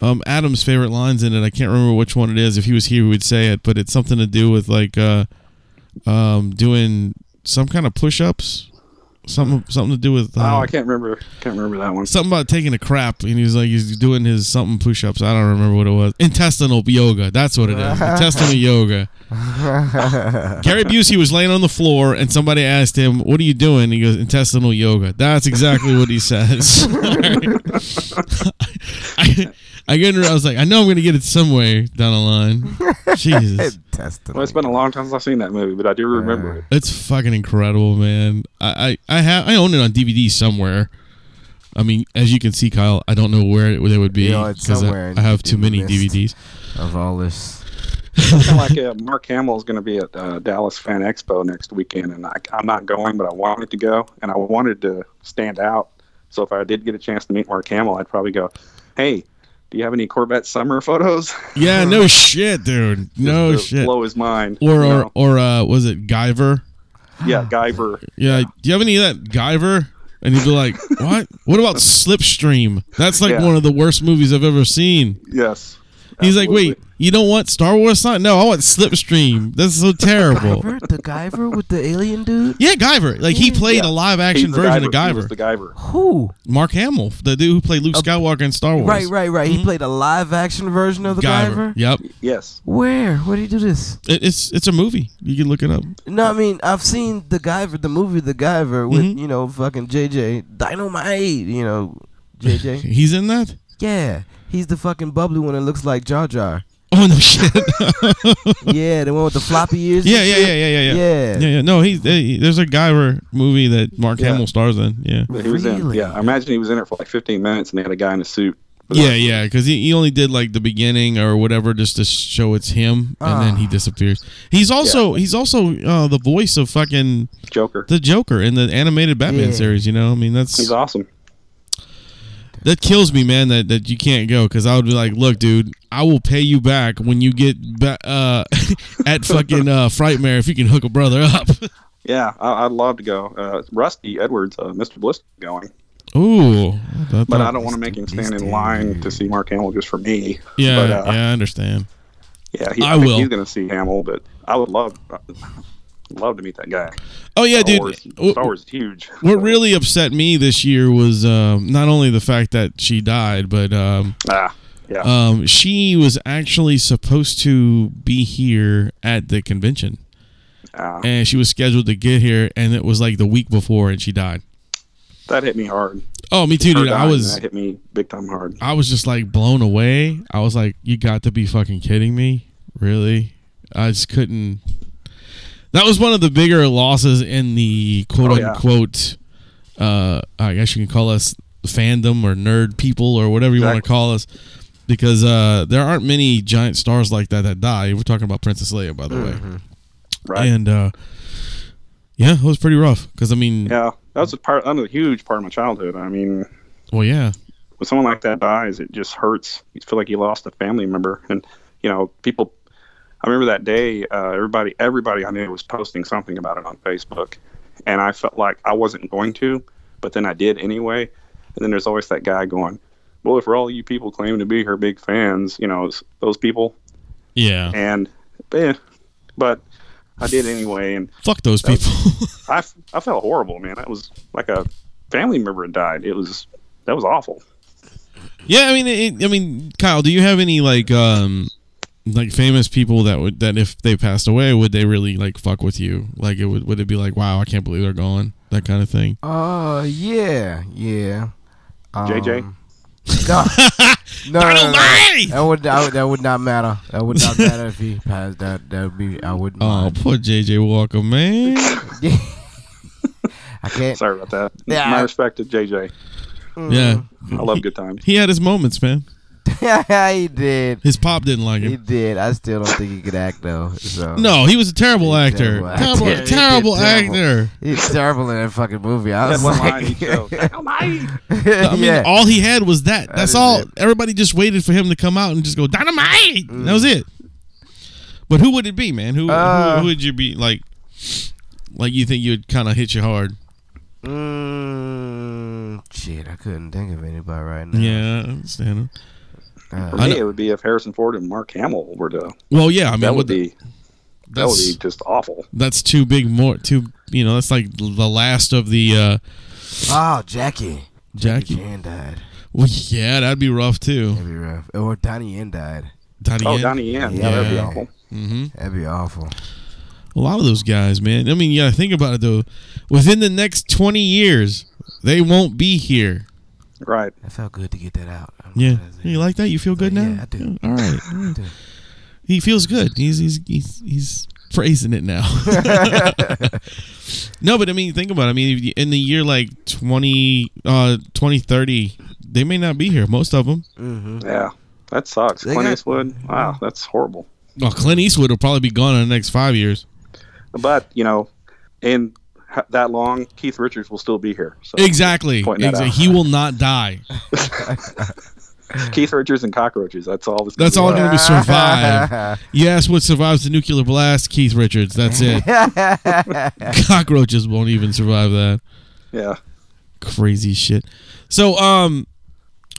S1: um Adam's favorite lines in it. I can't remember which one it is. If he was here, he would say it. But it's something to do with like uh um doing some kind of push ups. Something something to do with uh,
S3: Oh, I can't remember. Can't remember that one.
S1: something about taking a crap and he's like he's doing his something push-ups i don't remember what it was intestinal yoga that's what it is intestinal yoga gary busey was laying on the floor and somebody asked him what are you doing he goes intestinal yoga that's exactly what he says I, I, couldn't- I was like i know i'm gonna get it somewhere down the line jesus
S2: Intestinal.
S3: Well, it's been a long time since I've seen that movie, but I do remember it.
S1: It's fucking incredible, man. I, I, I have I own it on DVD somewhere. I mean, as you can see, Kyle, I don't know where it, where they would be
S2: You know, it's somewhere
S1: I, I have too
S2: in the
S1: many
S2: mist.
S1: DVDs.
S2: of all this.
S3: It's kinda like uh, Mark Hamill is going to be at uh, Dallas Fan Expo next weekend, and I, I'm not going, but I wanted to go, and I wanted to stand out. So if I did get a chance to meet Mark Hamill, I'd probably go, "Hey, do you have any Corvette summer photos?"
S1: Yeah, no shit, dude. No
S3: Just to
S1: shit. Or
S3: Blow his mind. you
S1: or
S3: know?
S1: or uh, was it Guyver?
S3: yeah, Guyver.
S1: Yeah. Do you have any of that Guyver? And he'd be like, "What? What about Slipstream? That's like
S3: Yeah.
S1: one of the worst movies I've ever seen."
S3: Yes.
S1: He's like,
S3: Absolutely.
S1: "Wait, you don't want Star Wars? Sign? No, I want Slipstream. That's so terrible."
S2: Guyver, the Guyver with the alien dude.
S1: Yeah, Guyver. Like he played a
S3: Yeah.
S1: live
S3: He's
S1: action
S3: the
S1: version of
S3: He was
S1: Guyver.
S3: the Guyver.
S2: Who?
S1: Mark Hamill, the dude who played Luke Skywalker in Star Wars.
S2: Right, right, right. He
S1: Mm-hmm.
S2: played a live action version of the Guyver.
S1: Yep.
S3: Yes.
S2: Where? Where did he do this?
S1: It, it's it's a movie. You can look it up.
S2: No, I mean I've seen the Guyver, the movie, the Guyver with
S1: Mhm.
S2: you know fucking JJ Dynamite, you know JJ.
S1: He's in that.
S2: yeah, he's the fucking bubbly one that looks like Jar Jar.
S1: Oh no shit.
S2: Yeah, the one with the floppy ears. and
S1: yeah, yeah, yeah,
S2: shit.
S1: yeah, yeah, yeah.
S2: Yeah.
S1: Yeah, yeah. No, he, he- there's a Guyver movie that Mark
S3: Yeah.
S1: Hamill stars in. Yeah.
S3: He was in.
S2: Really?
S3: Yeah, I imagine he was in it for like 15 minutes, and they had a guy in a suit.
S1: Yeah, yeah, because he, he only did like the beginning or whatever just to show it's him, and then he disappears. He's also he's also uh, the voice of fucking
S3: Joker.
S1: the Joker in the animated Batman
S2: Yeah.
S1: series. You know, I mean that's
S3: He's awesome.
S1: That kills me, man. That that you can't go because I would be like, look, dude, I will pay you back when you get ba- uh, at fucking uh, Frightmare if you can hook a brother up.
S3: Yeah, I, I'd love to go. Uh, Rusty Edwards, uh, Mr. Bliss, going,
S1: Ooh, I
S3: but
S1: thought-
S3: I don't want to make him stand in line to see Mark Hamill just for me.
S1: Yeah,
S3: but, uh,
S1: yeah, I understand.
S3: yeah, he,
S1: I
S3: I, think
S1: will.
S3: He's going to see Hamill, but I would love, uh, love to meet that guy.
S1: Oh yeah, dude.
S3: Star Wars,
S1: w-
S3: Star Wars is huge.
S1: What really upset me this year was um, not only the fact that she died, but um,
S3: Ah, yeah.
S1: um, she was actually supposed to be here at the convention,
S3: ah,
S1: and she was scheduled to get here, and it was like the week before, and she died.
S3: that hit me hard.
S1: Oh, me too,
S3: Her
S1: dude. I
S3: dying,
S1: was
S3: that hit me big time hard.
S1: I was just like blown away. I was like, "You got to be fucking kidding me, really?" I just couldn't. That was one of the bigger losses in the quote
S3: Oh, yeah.
S1: unquote. Uh, I guess you can call us fandom or nerd people or whatever you want to
S3: Exactly.
S1: call us, because uh, there aren't many giant
S3: Mm-hmm.
S1: stars like that that die. We're talking about Princess Leia, by the way,
S3: Right.
S1: and uh, Yeah, it was pretty rough because I mean,
S3: Yeah, that was a part. That was a huge part of my childhood. I mean,
S1: well, yeah,
S3: when someone like that dies, it just hurts. You feel like you lost a family member, and you know, people. I remember that day. Uh, everybody, everybody I knew was posting something about it on Facebook, and I felt like I wasn't going to, but then I did anyway. And then there's always that guy going, "Well, if for all you people claiming to be her big fans, you know, it's those people."
S1: yeah.
S3: And eh, but I did anyway, and
S1: Fuck those
S3: That
S1: people.
S3: I, f- I felt horrible, man. That was like a family member had died. It was that was awful.
S1: yeah, I mean, it, I mean, Kyle, do you have any like um like famous people that would that if they passed away would they really like fuck with you? Like it would would it be like, wow, I can't believe they're gone, that kind of thing.
S2: Oh yeah, yeah. Um,
S3: JJ?
S2: No, no, no, no, no.
S1: Dynamite!
S2: That would, that would that would not matter. That would not matter if he passed. That that would be I wouldn't.
S1: Oh,
S2: mind.
S1: poor JJ Walker, man.
S2: I can't.
S3: Sorry about that.
S2: Yeah.
S3: My respect to JJ.
S1: yeah,
S3: I love good times.
S1: he had his moments, man.
S2: he did.
S1: His pop didn't like
S2: He
S1: him.
S2: did. I still don't think he could act though. So
S1: No, he was a terrible actor.
S2: Terrible actor.
S1: Terrible,
S2: He did
S1: terrible
S2: terrible.
S1: actor.
S2: he's terrible in that fucking movie. I
S3: That's
S2: was
S3: one line he
S2: like,
S3: chose. Dynamite!
S1: I mean,
S2: Oh, yeah.
S1: all he had was that. That's
S2: is
S1: all.
S2: it.
S1: Everybody just waited for him to come out and just go dynamite. That was it. But who would it be, man? Who,
S2: Uh.
S1: who who would you be like? Like you think you'd kind of hit you hard?
S2: Mm, shit, I couldn't think of anybody right now.
S1: Yeah, I understand. him.
S3: For
S1: I
S3: me,
S1: know-
S3: it would be if Harrison Ford and Mark Hamill were to.
S1: Well, yeah. I mean,
S3: That would
S1: what the-
S3: be that would
S1: that's,
S3: be just awful.
S1: that's too big. More too. You know, that's like the last of the uh,
S2: Oh, Jackie.
S1: Jackie.
S2: Chan died.
S1: Well, yeah, that'd be rough too.
S2: That'd be rough. Or Donnie Yen died.
S1: Donnie
S3: Oh,
S1: Yen.
S3: Donnie Yen. Yeah, that'd be
S1: Yeah.
S3: awful.
S1: Mhm.
S2: That'd be awful.
S1: A lot of those guys, man. I mean, yeah. Think about it though. Within the next twenty years, they won't be here.
S3: Right.
S2: That felt good to get that out. I don't know
S1: Yeah.
S2: what that is.
S1: You like that? You feel good
S2: Yeah,
S1: now?
S2: I do.
S1: All right.
S2: I do.
S1: He feels good. He's he's he's, he's praising it now. no, but I mean, think about it. I mean, if you- in the year like 20, uh, 2030, they may not be here. Most of them.
S2: Mhm.
S3: Yeah. That sucks.
S2: They
S3: Clint
S2: got-
S3: Eastwood. Wow, that's horrible.
S1: Well, Clint Eastwood will probably be gone in the next five years.
S3: But you know, in h- that long, Keith Richards will still be here. So
S1: Exactly.
S3: Point that
S1: Exa-
S3: out.
S1: He will not die.
S3: Keith Richards and cockroaches. That's all. This
S1: That's all going to survive. Yes, what survives the nuclear blast? Keith Richards. That's it. Cockroaches won't even survive that.
S3: Yeah.
S1: crazy shit. So um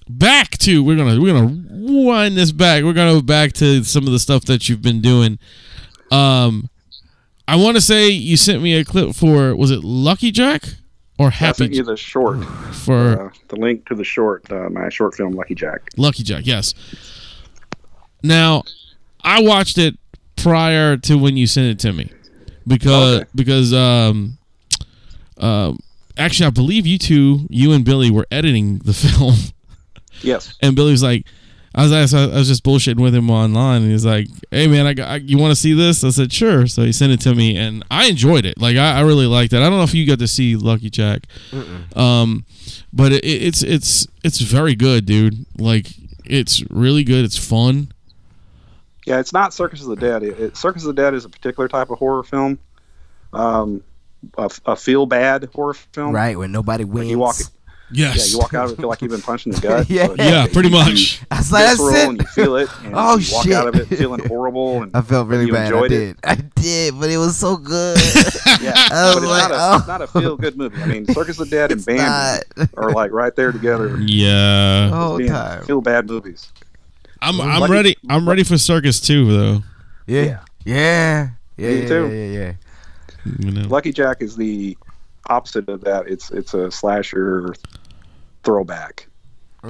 S1: back to we're gonna we're gonna wind this back. We're gonna go back to some of the stuff that you've been doing. Um I wanna say you sent me a clip for was it Lucky Jack or
S3: I
S1: Happy
S3: sent you the short,
S1: J- for
S3: uh, the link to the short, uh, my short film Lucky Jack.
S1: Lucky Jack, yes. Now, I watched it prior to when you sent it to me because
S3: Okay.
S1: because um um actually I believe you two, you and Billy were editing the film
S3: Yes,
S1: and Billy was like I was, I was I was just bullshitting with him online and he's like, "Hey man, I, got, I you want to see this?" I said, "Sure." So he sent it to me and I enjoyed it. Like I, I really liked it. I don't know if you got to see Lucky Jack. Um, but it, it- it's it's it's very good, dude. Like it's really good. It's fun.
S3: yeah, it's not Circus of the Dead. It, it, Circus of the Dead is a particular type of horror film, um, a, a feel bad horror film.
S2: right, when nobody
S3: When
S2: wins.
S3: you walk, yeah,
S1: Yes.
S3: you walk out of it feel like you've been punched in the gut.
S2: Yeah.
S3: but
S1: Yeah,
S3: you-
S1: pretty
S3: you-
S1: much.
S2: I was
S3: You,
S2: like,
S3: visceral
S2: that's
S3: and you
S2: it.
S3: feel it. And
S2: Oh,
S3: you walk
S2: shit.
S3: out of it feeling horrible. And
S2: I felt really
S3: you
S2: bad. I
S3: enjoyed
S2: did.
S3: it.
S2: I did, but it was so good.
S3: yeah,
S2: I
S3: but
S2: was
S3: it's,
S2: like,
S3: not a,
S2: oh.
S3: it's not a feel good movie. I mean, Circus of the Dead and
S2: It's
S3: Bambi
S2: not.
S3: are like right there together.
S1: Yeah.
S2: The whole
S3: being
S2: time.
S3: Feel bad movies.
S1: I'm I'm
S3: Lucky-
S1: ready. I'm ready for Circus too, though.
S2: Yeah. Yeah. Yeah.
S3: Me
S2: yeah,
S3: too.
S2: Yeah. Yeah.
S1: You know.
S3: Lucky Jack is the opposite of that. It's it's a slasher throwback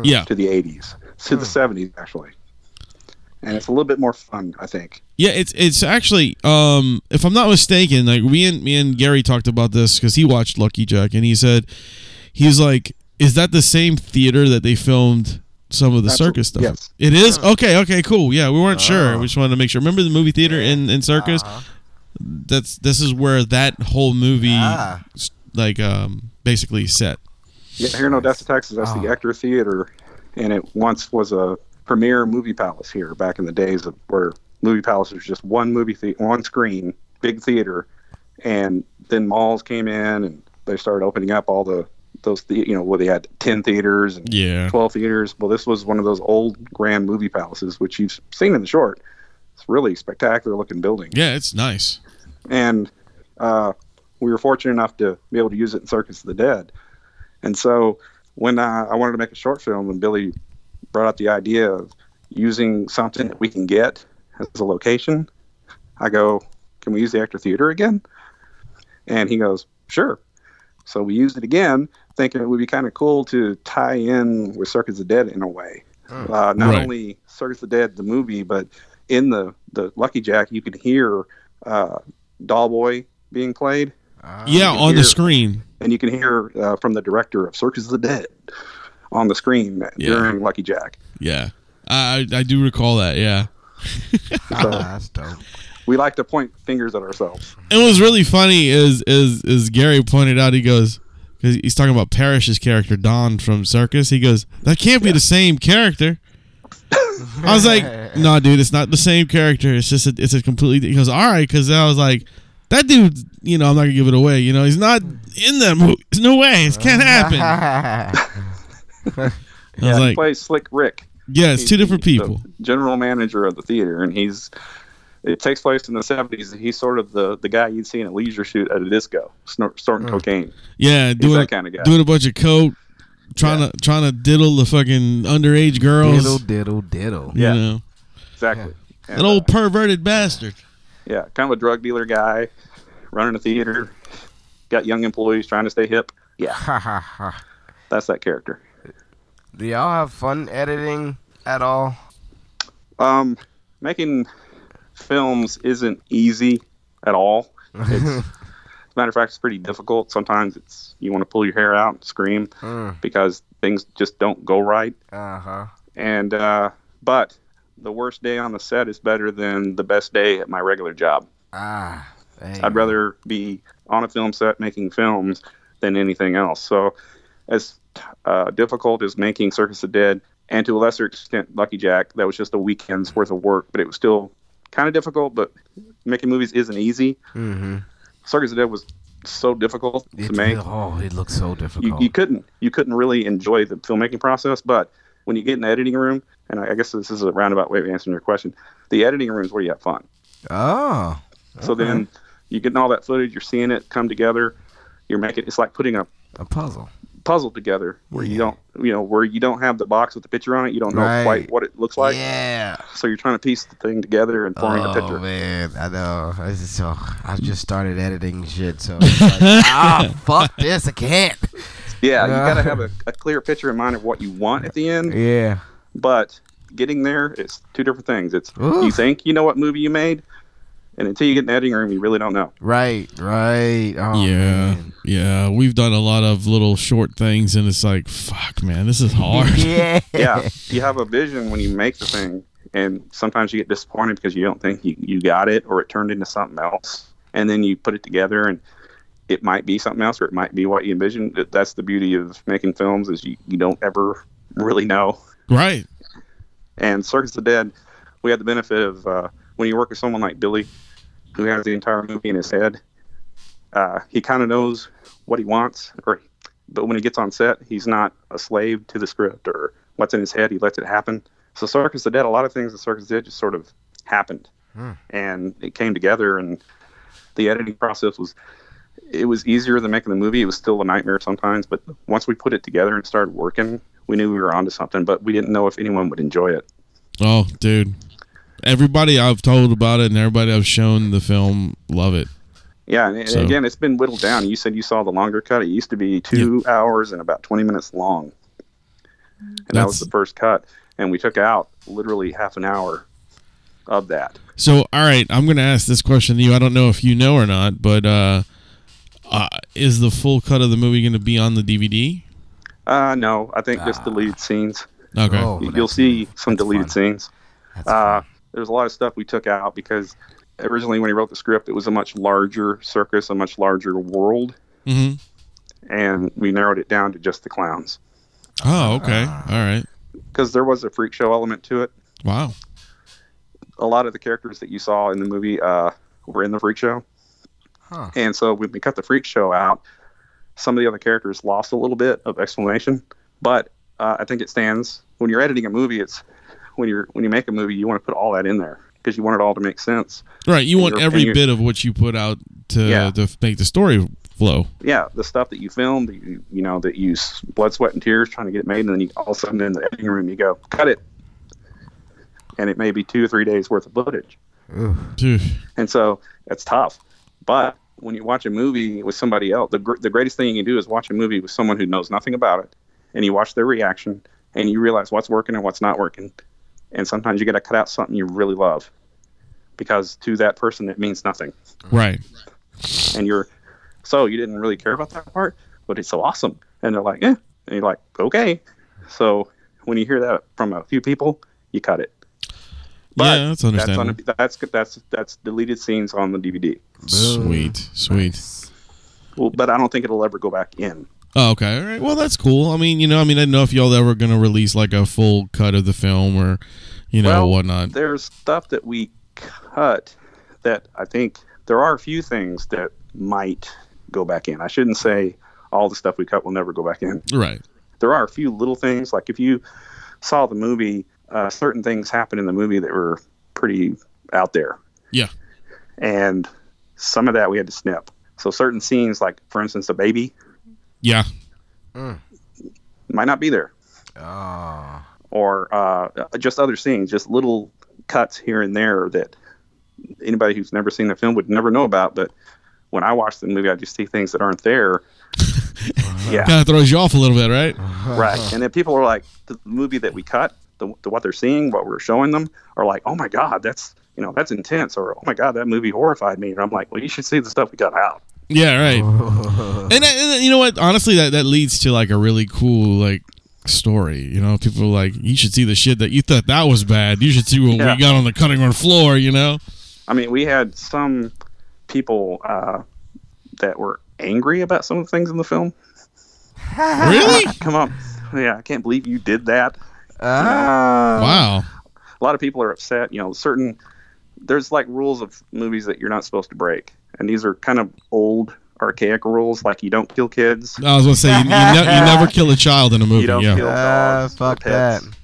S1: yeah.
S3: to the 80s, to
S1: Hmm.
S3: the 70s actually, and it's a little bit more fun, I think.
S1: Yeah, it's it's actually, um, if I'm not mistaken, like me and me and Gary talked about this because he watched Lucky Jack and he said he's like, is that the same theater that they filmed some of the
S3: Absol-
S1: circus stuff?
S3: yes.
S1: It is. Okay. Okay. Cool. Yeah, we weren't sure. We just wanted to make sure. Remember the movie theater in in circus? That's this is where that whole movie
S2: Ah.
S1: s- like um basically set.
S3: Yeah, here in Odessa, Texas, that's
S1: Ah.
S3: the Ector Theater, and it once was a premier movie palace here back in the days of where movie palace was just one movie the- one screen, big theater, and then malls came in and they started opening up all the those the, you know where they had 10 theaters and
S1: Yeah.
S3: 12 theaters well this was one of those old grand movie palaces which you've seen in the short it's really spectacular looking building
S1: Yeah, it's nice.
S3: and uh, we were fortunate enough to be able to use it in Circus of the Dead. And so when uh, I wanted to make a short film, and Billy brought up the idea of using something that we can get as a location, I go, "Can we use the Actor Theater again?" And he goes, "Sure." So we used it again, thinking it would be kind of cool to tie in with Circus of the Dead in a way. Uh, not
S1: Right.
S3: only Circus of the Dead, the movie, but in the, the Lucky Jack, you can hear uh, Dollboy being played,
S1: Yeah,
S3: can
S1: on
S3: hear-
S1: the screen.
S3: and you can hear uh, from the director of Circus of the Dead on the screen
S1: Yeah.
S3: during Lucky Jack.
S1: Yeah. I I I do recall that. Yeah.
S2: Ah, that's dope.
S3: We like to point fingers at ourselves.
S1: And what's really funny is is is Gary pointed out. He goes because he's talking about Parrish's character Don from Circus. He goes that can't be the same character. I was like, no, nah, dude, it's not the same character. It's just a, it's a completely. He goes, all right, because I was like, that dude, you know, I'm not gonna give it away. You know, he's not in that movie. There's no way. It can't happen. I
S3: yeah,
S1: was
S3: he
S1: like,
S3: plays Slick Rick.
S1: yeah, it's two
S3: He's
S1: different
S3: the
S1: people.
S3: general manager of the theater, and he's. It takes place in the '70s. and He's sort of the, the guy you'd see in a leisure shoot at a disco, snort, snorting cocaine.
S1: Yeah, doing
S3: that kinda guy.
S1: doing a bunch of coke, trying to trying to diddle the fucking underage girls.
S2: diddle, diddle, diddle.
S1: you
S3: Yeah.
S1: know,
S3: Exactly. And,
S1: that
S3: uh,
S1: old perverted bastard.
S3: yeah, kind of a drug dealer guy, running a theater, got young employees trying to stay hip. Yeah,
S2: Ha ha ha.
S3: that's that character.
S2: Do y'all have fun editing at all?
S3: Um, making films isn't easy at all. It's, as a matter of fact, it's pretty difficult. Sometimes it's you want to pull your hair out and scream
S2: Mm.
S3: because things just don't go right.
S2: Uh huh.
S3: And uh, but the worst day on the set is better than the best day at my regular job.
S2: Ah. there you
S3: I'd
S2: go.
S3: rather be on a film set making films than anything else. So, as uh, difficult as making Circus of the Dead, and to a lesser extent Lucky Jack, that was just a weekend's worth of work, but it was still kind of difficult. But making movies isn't easy.
S2: Mhm.
S3: Circus of the Dead was so difficult to
S2: It's-
S3: make.
S2: oh, it looks so
S3: You,
S2: difficult.
S3: you couldn't you couldn't really enjoy the filmmaking process, but when you get in the editing room, and I I guess this is a roundabout way of answering your question, the editing room is where you have fun.
S2: oh.
S3: So then you're getting all that footage, you're seeing it come together, you're making it's like putting a
S2: A puzzle.
S3: puzzle together where you don't you know, where you don't have the box with the picture on it, you don't know
S2: Right.
S3: quite what it looks like.
S2: yeah.
S3: So you're trying to piece the thing together and forming
S2: oh,
S3: a picture.
S2: man, I know. I just, so I just started editing shit, so it's like, ah, fuck this, I can't.
S3: Yeah, you
S2: Uh.
S3: gotta have a, a clear picture in mind of what you want at the end.
S2: Yeah.
S3: But getting there it's two different things. It's you
S2: Oof.
S3: think you know what movie you made, and until you get in the editing room you really don't know.
S2: Right. Right. Oh,
S1: yeah,
S2: man.
S1: yeah. We've done a lot of little short things, and it's like, fuck, man, this is hard.
S2: Yeah.
S3: Yeah. you have a vision when you make the thing and sometimes you get disappointed because you don't think you, you got it or it turned into something else and then you put it together and it might be something else or it might be what you envisioned That- that's the beauty of making films is you, you don't ever really know
S1: right?
S3: and circus of the dead we had the benefit of uh, when you work with someone like billy who has the entire movie in his head uh, he kind of knows what he wants or but when he gets on set he's not a slave to the script or what's in his head he lets it happen so circus of the dead a lot of things that circus of the dead just sort of happened and it came together and the editing process was it was easier than making the movie it was still a nightmare sometimes but once we put it together and started working we knew we were onto something but we didn't know if anyone would enjoy it
S1: Oh, dude. Everybody I've told about it, and everybody I've shown the film, love it.
S3: Yeah, and, and
S1: So-
S3: again, it's been whittled down. You said you saw the longer cut. It used to be two hours and about 20 minutes long. And that
S1: That's-
S3: was the first cut. And we took out literally half an hour of that.
S1: So, all right, I'm going to ask this question to you. I don't know if you know or not, but uh, uh, is the full cut of the movie going to be on the DVD?
S3: Uh, no, I think
S2: Ah,
S3: just deleted scenes.
S1: Okay.
S2: Oh,
S3: You- You'll
S2: that's-
S3: see some
S2: that's
S3: deleted
S2: fun.
S3: scenes.
S2: That's
S3: Uh, there's a lot of stuff we took out because originally when he wrote the script, it was a much larger circus, a much larger world.
S1: hmm
S3: And we narrowed it down to just the clowns
S1: Oh, okay. All right.
S3: because there was a freak show element to it.
S1: Wow.
S3: a lot of the characters that you saw in the movie uh, were in the freak show.
S2: Huh.
S3: And so when we cut the freak show out, some of the other characters lost a little bit of explanation. But uh, I think it stands when you're editing a movie. It's when you're when you make a movie, you want to put all that in there because you want it all to make sense.
S1: Right. You want
S3: your-
S1: every
S3: and your-
S1: bit of what you put out to
S3: Yeah.
S1: to f- make the story flow.
S3: Yeah, the stuff that you filmed, that you, you know, that you s- blood, sweat, and tears trying to get it made, and then you all of a sudden in the editing room you go cut it, and it may be two or three days worth of footage.
S1: Dude.
S3: And so that's tough. But when you watch a movie with somebody else, the, gr- the greatest thing you can do is watch a movie with someone who knows nothing about it and you watch their reaction and you realize what's working and what's not working. And sometimes you got to cut out something you really love because to that person it means nothing.
S1: Right.
S3: And you're, so you didn't really care about that part, but it's so awesome. And they're like, eh. And you're like, okay. So when you hear that from a few people, you cut it. But
S1: yeah, that's
S3: That's,
S1: understandable.
S3: on, that's that's that's deleted scenes on the DVD.
S1: sweet. Sweet.
S3: Well, but I don't think it'll ever go back in.
S1: Oh, okay. All right. Well, that's cool. I mean, you know, I mean, I didn't know if y'all ever going to release like a full cut of the film or, you know,
S3: Well,
S1: whatnot.
S3: There's stuff that we cut that I think there are a few things that might go back in. I shouldn't say all the stuff we cut will never go back in.
S1: Right.
S3: There are a few little things like if you saw the movie, uh, certain things happened in the movie that were pretty out there,
S1: Yeah.
S3: and some of that we had to snip. So certain scenes, like for instance, the baby
S1: Yeah.
S3: might not be there.
S2: Oh.
S3: or uh, just other scenes, just little cuts here and there that anybody who's never seen the film would never know about. But when I watch the movie, I just see things that aren't there. yeah,
S1: Kind of throws you off a little bit, right?
S3: right. And then people are like, the movie that we cut, the, the what they're seeing, what we're showing them, are like, oh my god, that's you know that's intense, or oh my god, that movie horrified me. And I'm like, well, you should see the stuff we cut out.
S1: Yeah, right. and, I, and you know what? Honestly, that, that leads to like a really cool like story. You know, people are like, you should see the shit that you thought that was bad. You should see what
S3: Yeah.
S1: we got on the cutting room floor. You know?
S3: I mean, we had some people uh, that were angry about some of the things in the film.
S1: Really?
S3: Come on, yeah, I can't believe you did that.
S2: Ah.
S1: wow.
S3: a lot of people are upset. You know, certain there's like rules of movies that you're not supposed to break, and these are kind of old, archaic rules. Like you don't kill kids,
S1: I was gonna say you, you, ne- you never kill a child in a movie.
S3: you don't
S1: yeah.
S3: kill
S2: Ah,
S3: dogs, or
S2: fuck that.
S3: pets.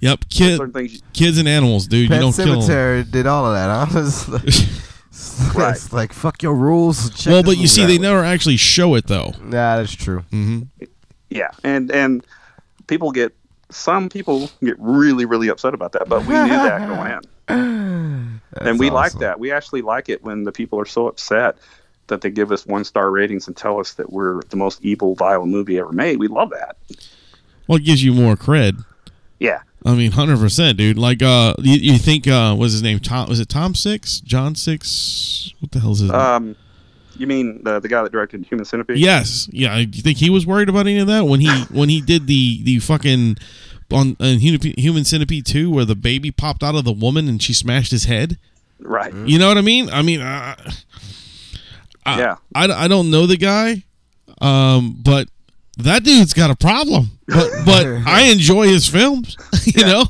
S1: Yep. Kid,
S3: Certain things.
S1: kids and animals, dude. you
S2: Pet
S1: don't kill.
S2: Cemetery did all of that. I was like, it's
S3: Right.
S2: like fuck your rules. Check
S1: Them. Well,
S2: this
S1: but you see,
S2: movie
S1: they
S2: out.
S1: never actually show it though.
S2: Nah, that's true.
S1: Mm-hmm.
S3: Yeah, and and people get some people get really really upset about that, but we knew that going in, and we like
S2: awesome.
S3: that. We actually like it when the people are so upset that they give us one star ratings and tell us that we're the most evil, vile movie ever made. We love that.
S1: Well, it gives you more cred.
S3: Yeah.
S1: I mean, hundred percent, dude. Like, uh, you, you think uh, what's his name? Tom? Was it Tom Six? John Six? What the hell's his
S2: Uh,
S1: name?
S3: Um, you mean the the guy that directed Human Centipede?
S1: Yes, yeah. I- Do you think he was worried about any of that when he when he did the the fucking on, on Human, Human Centipede two where the baby popped out of the woman and she smashed his head?
S3: Right.
S1: You know what I mean? I mean, uh, I-
S3: Yeah.
S1: I, I don't know the guy, um, but that dude's got a problem. But but I enjoy his films. You
S3: Yeah.
S1: know,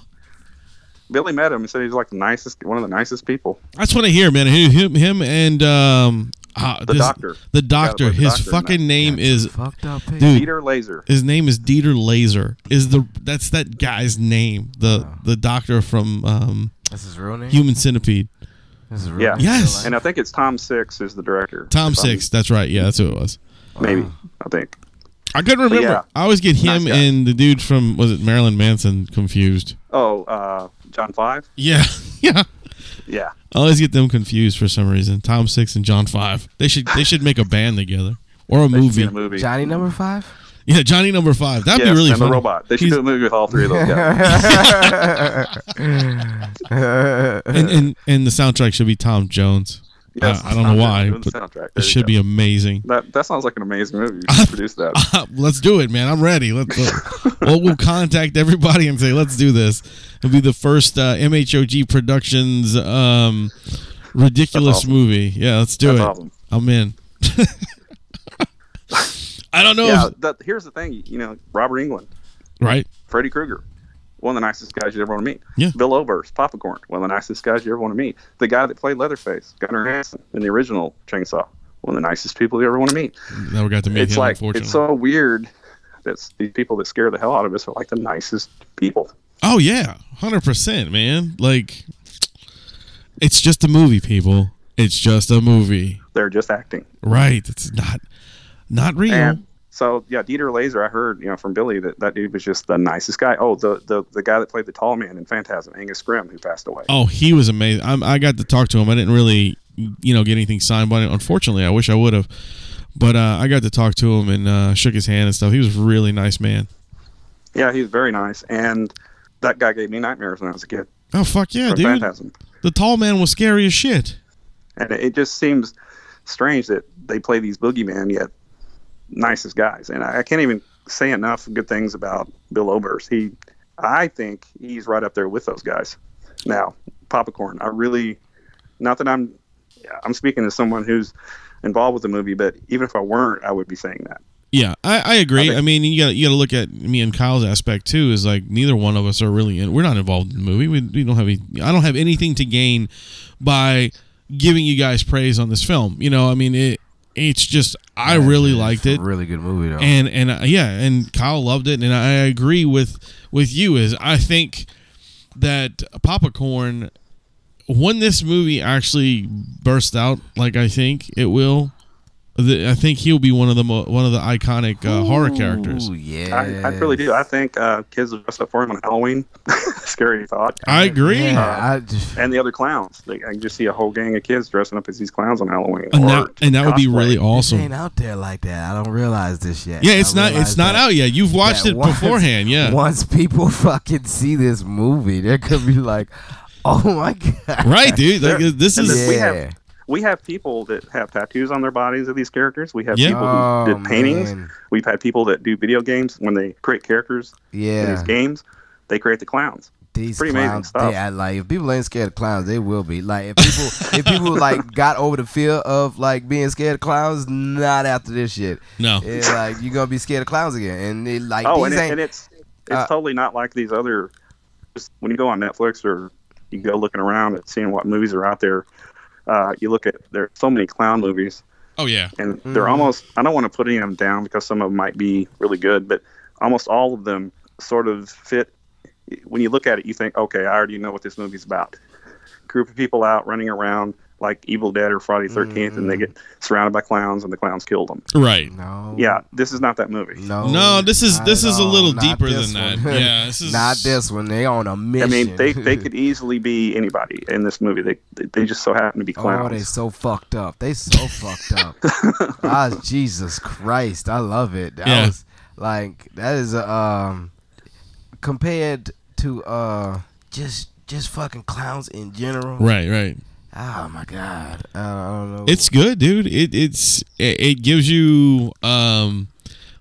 S3: Billy met him and said he's like the nicest, one of the nicest people.
S1: that's what I hear, man. Him him, him and um, uh,
S3: The
S1: this-
S3: doctor.
S1: the doctor.
S3: play the
S1: his
S3: doctor in
S1: fucking
S3: that.
S1: name is
S2: Fucked up. Pig.
S1: dude.
S3: Peter Laser.
S1: His name Mm. is Dieter Laser. Is the that's that guy's name? The the doctor from um,
S2: That's his real name.
S1: Human Centipede.
S2: That's his real
S3: Yeah.
S2: name.
S1: Yes,
S3: And I think it's Tom Six is the director.
S1: Tom
S3: If I'm-
S1: Six. That's right. Yeah, that's who it was.
S3: Maybe. I think.
S1: I couldn't remember.
S3: yeah.
S1: I always get him
S3: Nice guy.
S1: and the dude from was it Marilyn Manson confused.
S3: Oh, uh, John Five.
S1: Yeah, yeah.
S3: Yeah.
S1: I always get them confused for some reason. Tom Six and John Five. They should they should make a band together or a
S3: They should be
S1: movie.
S3: in a movie.
S2: Johnny number five.
S1: Yeah, Johnny Number Five. That'd
S3: Yes,
S1: be really
S3: and
S1: fun.
S3: the robot. They should
S1: He's-
S3: do a movie with all three of those guys.
S1: And, and and the soundtrack should be Tom Jones.
S3: Yes,
S1: I don't know why,
S3: doing the
S1: but
S3: soundtrack. There
S1: It
S3: you
S1: should
S3: go.
S1: be amazing.
S3: That that sounds like an amazing movie. You should produce that.
S1: let's do it, man. I'm ready. Let's. let- well, we'll contact everybody and say, let's do this. It'll be the first uh, MHOG Productions um, ridiculous
S3: That's awesome.
S1: movie. Yeah, let's do
S3: That's
S1: it.
S3: awesome.
S1: I'm in. I don't know.
S3: Yeah.
S1: if-
S3: That, here's the thing. You know, Robert England,
S1: right?
S3: Freddy Krueger, one of the nicest guys you ever want to meet.
S1: Yeah.
S3: Bill Oberst, Popcorn, one of the nicest guys you ever want to meet. The guy that played Leatherface, Gunnar Hansen in the original Chainsaw, one of the nicest people you ever want to meet.
S1: Never got to meet
S3: it's
S1: him.
S3: like
S1: unfortunately.
S3: it's so weird that these people that scare the hell out of us are like the nicest people.
S1: oh yeah, hundred percent, man. Like, it's just a movie, people. It's just a movie,
S3: They're just acting.
S1: right? It's not not real.
S3: And so yeah, Dieter Laser, I heard you know from Billy that that dude was just the nicest guy. Oh, the the, the guy that played the tall man in Phantasm, Angus Grimm, who passed away.
S1: Oh, he was amazing. I'm, I got to talk to him. I didn't really, you know, get anything signed by him. Unfortunately, I wish I would have. But uh, I got to talk to him and uh, shook his hand and stuff. He was a really nice man.
S3: Yeah, he was very nice, and that guy gave me nightmares when I was a kid
S1: Oh fuck yeah,
S3: from
S1: dude!
S3: Phantasm.
S1: The tall man was scary as shit.
S3: And it, it just seems strange that they play these boogeyman yet nicest guys. And I, I can't even say enough good things about Bill Obers. He, I think he's right up there with those guys. Now, Popcorn, I really, not that I'm, I'm speaking to someone who's involved with the movie, but even if I weren't, I would be saying that.
S1: Yeah, I, I agree.
S3: I think-
S1: I mean, you got you got to look at me and Kyle's aspect too. Is like neither one of us are really in. We're not involved in the movie. We, we don't have any. I don't have anything to gain by giving you guys praise on this film. You know, I mean, it. It's just I really
S2: It's
S1: liked
S2: a
S1: it.
S2: Really good movie though.
S1: and and uh, yeah, and Kyle loved it, and I agree with with you. Is I think that Popcorn, when this movie actually burst out, like I think it will, the, I think he'll be one of the mo- one of the iconic uh, horror characters.
S2: Ooh, yes.
S3: I, I really do. I think uh, kids will dress up for him on Halloween. Scary thought.
S1: I agree.
S3: Uh,
S2: Yeah, I just,
S3: And the other clowns. Like, I can just see a whole gang of kids dressing up as these clowns on Halloween.
S1: And
S3: or
S1: that, and that would be
S3: cosplay.
S1: really
S2: this
S1: awesome.
S2: ain't out there like that. I don't realize this yet.
S1: Yeah, it's
S2: I
S1: not it's
S2: realize
S1: not
S2: that-
S1: out yet. You've watched
S2: that
S1: it
S2: once-
S1: beforehand, yeah.
S2: Once people fucking see this movie, they're gonna be like, "Oh my god!"
S1: Right, dude. Like,
S3: There-
S1: this
S3: and
S1: is
S3: this- we have-
S2: Yeah.
S3: we have people that have tattoos on their bodies of these characters. We have
S1: Yeah.
S3: people who
S2: Oh,
S3: did paintings.
S2: man.
S3: We've had people that do video games when they create characters in
S2: Yeah,
S3: these games. They create the clowns.
S2: these
S3: pretty amazing
S2: clowns.
S3: stuff.
S2: They act like if people ain't scared of clowns, they will be. Like if people, if people like got over the fear of like being scared of clowns, not after this shit.
S1: no.
S2: It's like you gonna be scared of clowns again, and it, like
S3: oh,
S2: these
S3: and, it,
S2: ain't.
S3: and it's it's
S2: uh,
S3: totally not like these other. Just when you go on Netflix or you go looking around and seeing what movies are out there, uh, you look at there's so many clown movies,
S1: Oh yeah.
S3: and
S2: Mm-hmm.
S3: they're almost. I don't want to put any of them down because some of them might be really good, but almost all of them sort of fit. When you look at it, you think, okay, I already know what this movie's about. Group of people out running around like Evil Dead or Friday 13th, and they
S2: Mm-hmm.
S3: get surrounded by clowns, and the clowns kill them.
S1: Right.
S2: no.
S3: Yeah, this is not that movie.
S2: No.
S1: No, this is
S2: not
S1: this
S2: at
S1: is a
S2: all.
S1: little
S2: Not
S1: deeper
S2: this
S1: than that.
S2: one.
S1: Yeah, this is
S2: Not this one. They on a
S3: I
S2: mission.
S3: mean, they, they could easily be anybody in this movie. They they- they just so happen to be
S2: Oh, they
S3: clowns.
S2: so fucked up. They so fucked up. Ah, Jesus Christ, I love it. That
S1: Yeah.
S2: was like that is uh, um compared to uh just just fucking clowns in general.
S1: Right, right.
S2: Oh my god, I don't, I don't know.
S1: It's good, dude. It it's it, it gives you um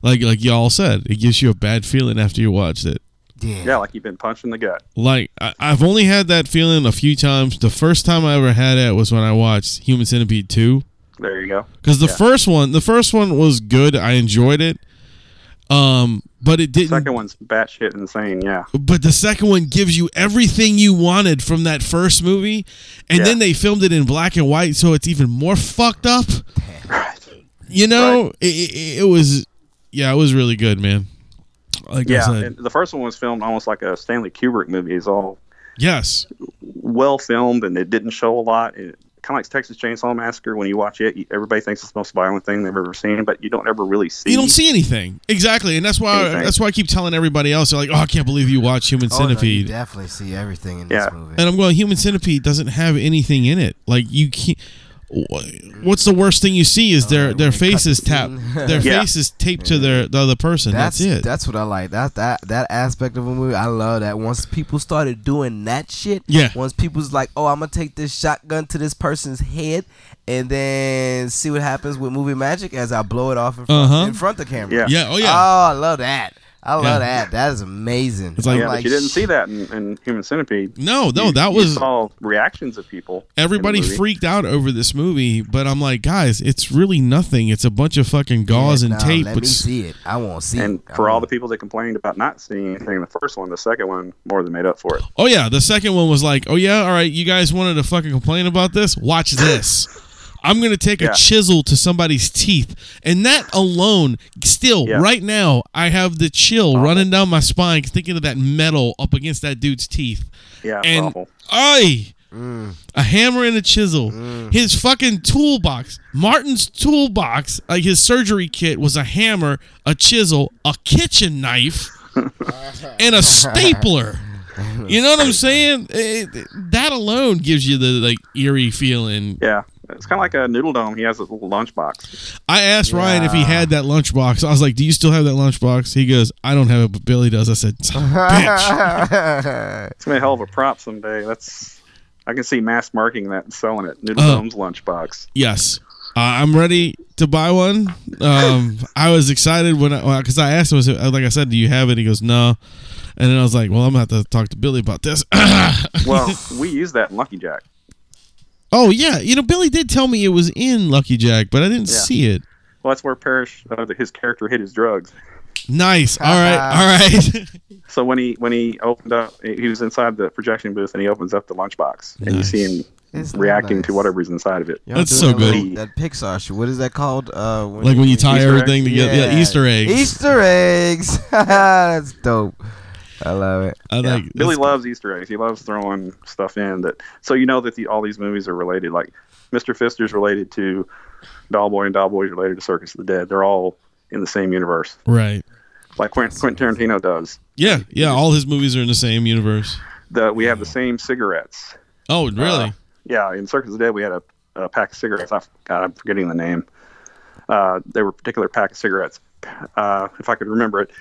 S1: like like y'all said, it gives you a bad feeling after you watched it.
S2: yeah,
S3: yeah, like you've been punched in the gut.
S1: Like I, I've only had that feeling a few times. The first time I ever had it was when I watched Human Centipede two.
S3: There you go.
S1: Because the first one, the first one was good. I enjoyed it. Um, but it didn't.
S2: Mm.
S3: Second one's batshit insane. Yeah,
S1: but the second one gives you everything you wanted from that first movie, and
S3: Yeah.
S1: then they filmed it in black and white, so it's even more fucked up. You know, it, it, it was, yeah, it was really good, man. Like I
S3: yeah.
S1: said,
S3: And the first one was filmed almost like a Stanley Kubrick movie. It's all
S1: yes,
S3: well filmed, and it didn't show a lot. It, kind of like Texas Chainsaw Massacre. When you watch it, you, everybody thinks it's the most violent thing they've ever seen, but you don't ever really see.
S1: you don't see anything exactly, and that's why
S3: Anything.
S1: that's why I keep telling everybody else, they're like, oh, I can't believe you watched Human
S2: Oh, no, you
S1: Centipede,
S2: definitely see everything in
S3: Yeah.
S2: this movie.
S1: and I'm going, Human Centipede doesn't have anything in it. Like you can't. wh- What's the worst thing you see is their
S2: Uh, when
S1: their
S2: they cut
S1: face is
S2: the
S1: tapped,
S2: scene.
S1: their
S3: Yeah.
S1: face is taped to their the other person. That's, it.
S2: That's what I like. That that that aspect of a movie, I love that. Once people started doing that shit,
S1: Yeah.
S2: Once people's like, oh, I'm gonna take this shotgun to this person's head, and then see what happens with movie magic as I blow it off in front,
S1: Uh-huh.
S2: in front of the camera.
S3: Yeah.
S1: yeah. Oh
S2: Oh,
S1: yeah.
S2: I love that. I love
S1: Yeah.
S2: that. That is amazing.
S1: It's like-
S2: I'm
S3: Yeah, but you didn't
S2: "Shh."
S3: see that in, in Human Centipede.
S1: no, no,
S3: You-
S1: that
S3: you
S1: was
S3: saw reactions of people. in the
S1: everybody
S3: movie.
S1: freaked out over this movie, but I'm like, guys, it's really nothing. It's a bunch of fucking gauze
S2: Yeah,
S1: and
S2: no,
S1: tape.
S2: Let
S1: with
S2: me
S1: s-
S2: see it. I want to see
S3: And
S2: it. I
S3: for all the
S2: want-
S3: people that complained about not seeing anything in the first one, the second one more than made up for it.
S1: oh yeah, the second one was like, oh yeah, all right, you guys wanted to fucking complain about this? Watch this. I'm gonna take
S3: Yeah.
S1: a chisel to somebody's teeth, and that alone, still
S3: Yeah. Uh-huh.
S1: right now, I have the chill running down my spine thinking of that metal up against that dude's teeth.
S3: Yeah, it's
S1: and
S3: awful.
S1: I,
S2: Mm.
S1: a hammer and a chisel. His fucking toolbox, Martin's toolbox, like his surgery kit was a hammer, a chisel, a kitchen knife, and a stapler. You know what I'm saying? It- it- that alone gives you the like eerie feeling.
S3: Yeah, it's kind of like a noodle dome. He has his little lunchbox.
S1: I asked Ryan if he had that lunchbox. I was like, "Do you still have that lunchbox?" He goes, "I don't have it, but Billy does." I said, "Son of a "Bitch."
S3: It's gonna be a hell of a prop someday. That's I can see mass marketing that and selling it. Noodle
S1: Oh.
S3: dome's lunchbox.
S1: Yes. Uh, I'm ready to buy one. Um, I was excited when I because I asked him, I said- uh, like I said, do you have it? He goes, no. And then I was like, well, I'm gonna have to talk to Billy about this.
S3: Well, we use that in Lucky Jack.
S1: oh yeah, you know, Billy did tell me it was in Lucky Jack, but I didn't
S3: Yeah.
S1: see it.
S3: Well, that's where Parrish, uh, his character, hid his drugs.
S1: Nice. All right. All right.
S3: So when he when he opened up, he was inside the projection booth, and he opens up the lunchbox, and you
S1: Nice.
S3: see him
S2: It's
S3: reacting
S2: Oh,
S3: to
S2: nice.
S3: whatever's inside of it.
S2: Y'all
S1: That's
S2: doing
S1: so
S2: that little-
S3: good.
S2: that Pixar shit. What is that called? Uh,
S1: like when you tie
S3: Easter
S1: everything together, yeah. Easter eggs.
S2: Easter eggs. That's dope. I love it.
S1: I
S3: Yeah.
S1: like
S3: Billy
S1: that's-
S3: loves Easter eggs. He loves throwing stuff in that. So you know that the, all these movies are related. Like Mr. Fister's related to Dollboy, and Dollboy's related to Circus of the Dead. They're all in the same universe,
S1: right.
S3: like Quentin, Quentin Tarantino does.
S1: Yeah, yeah. All his movies are in the same universe.
S3: The, we have the same cigarettes.
S1: Oh, really?
S3: Uh, yeah, in Circus of the Dead, we had a, a pack of cigarettes. I, God, I'm forgetting the name. Uh, they were a particular pack of cigarettes, uh, if I could remember it.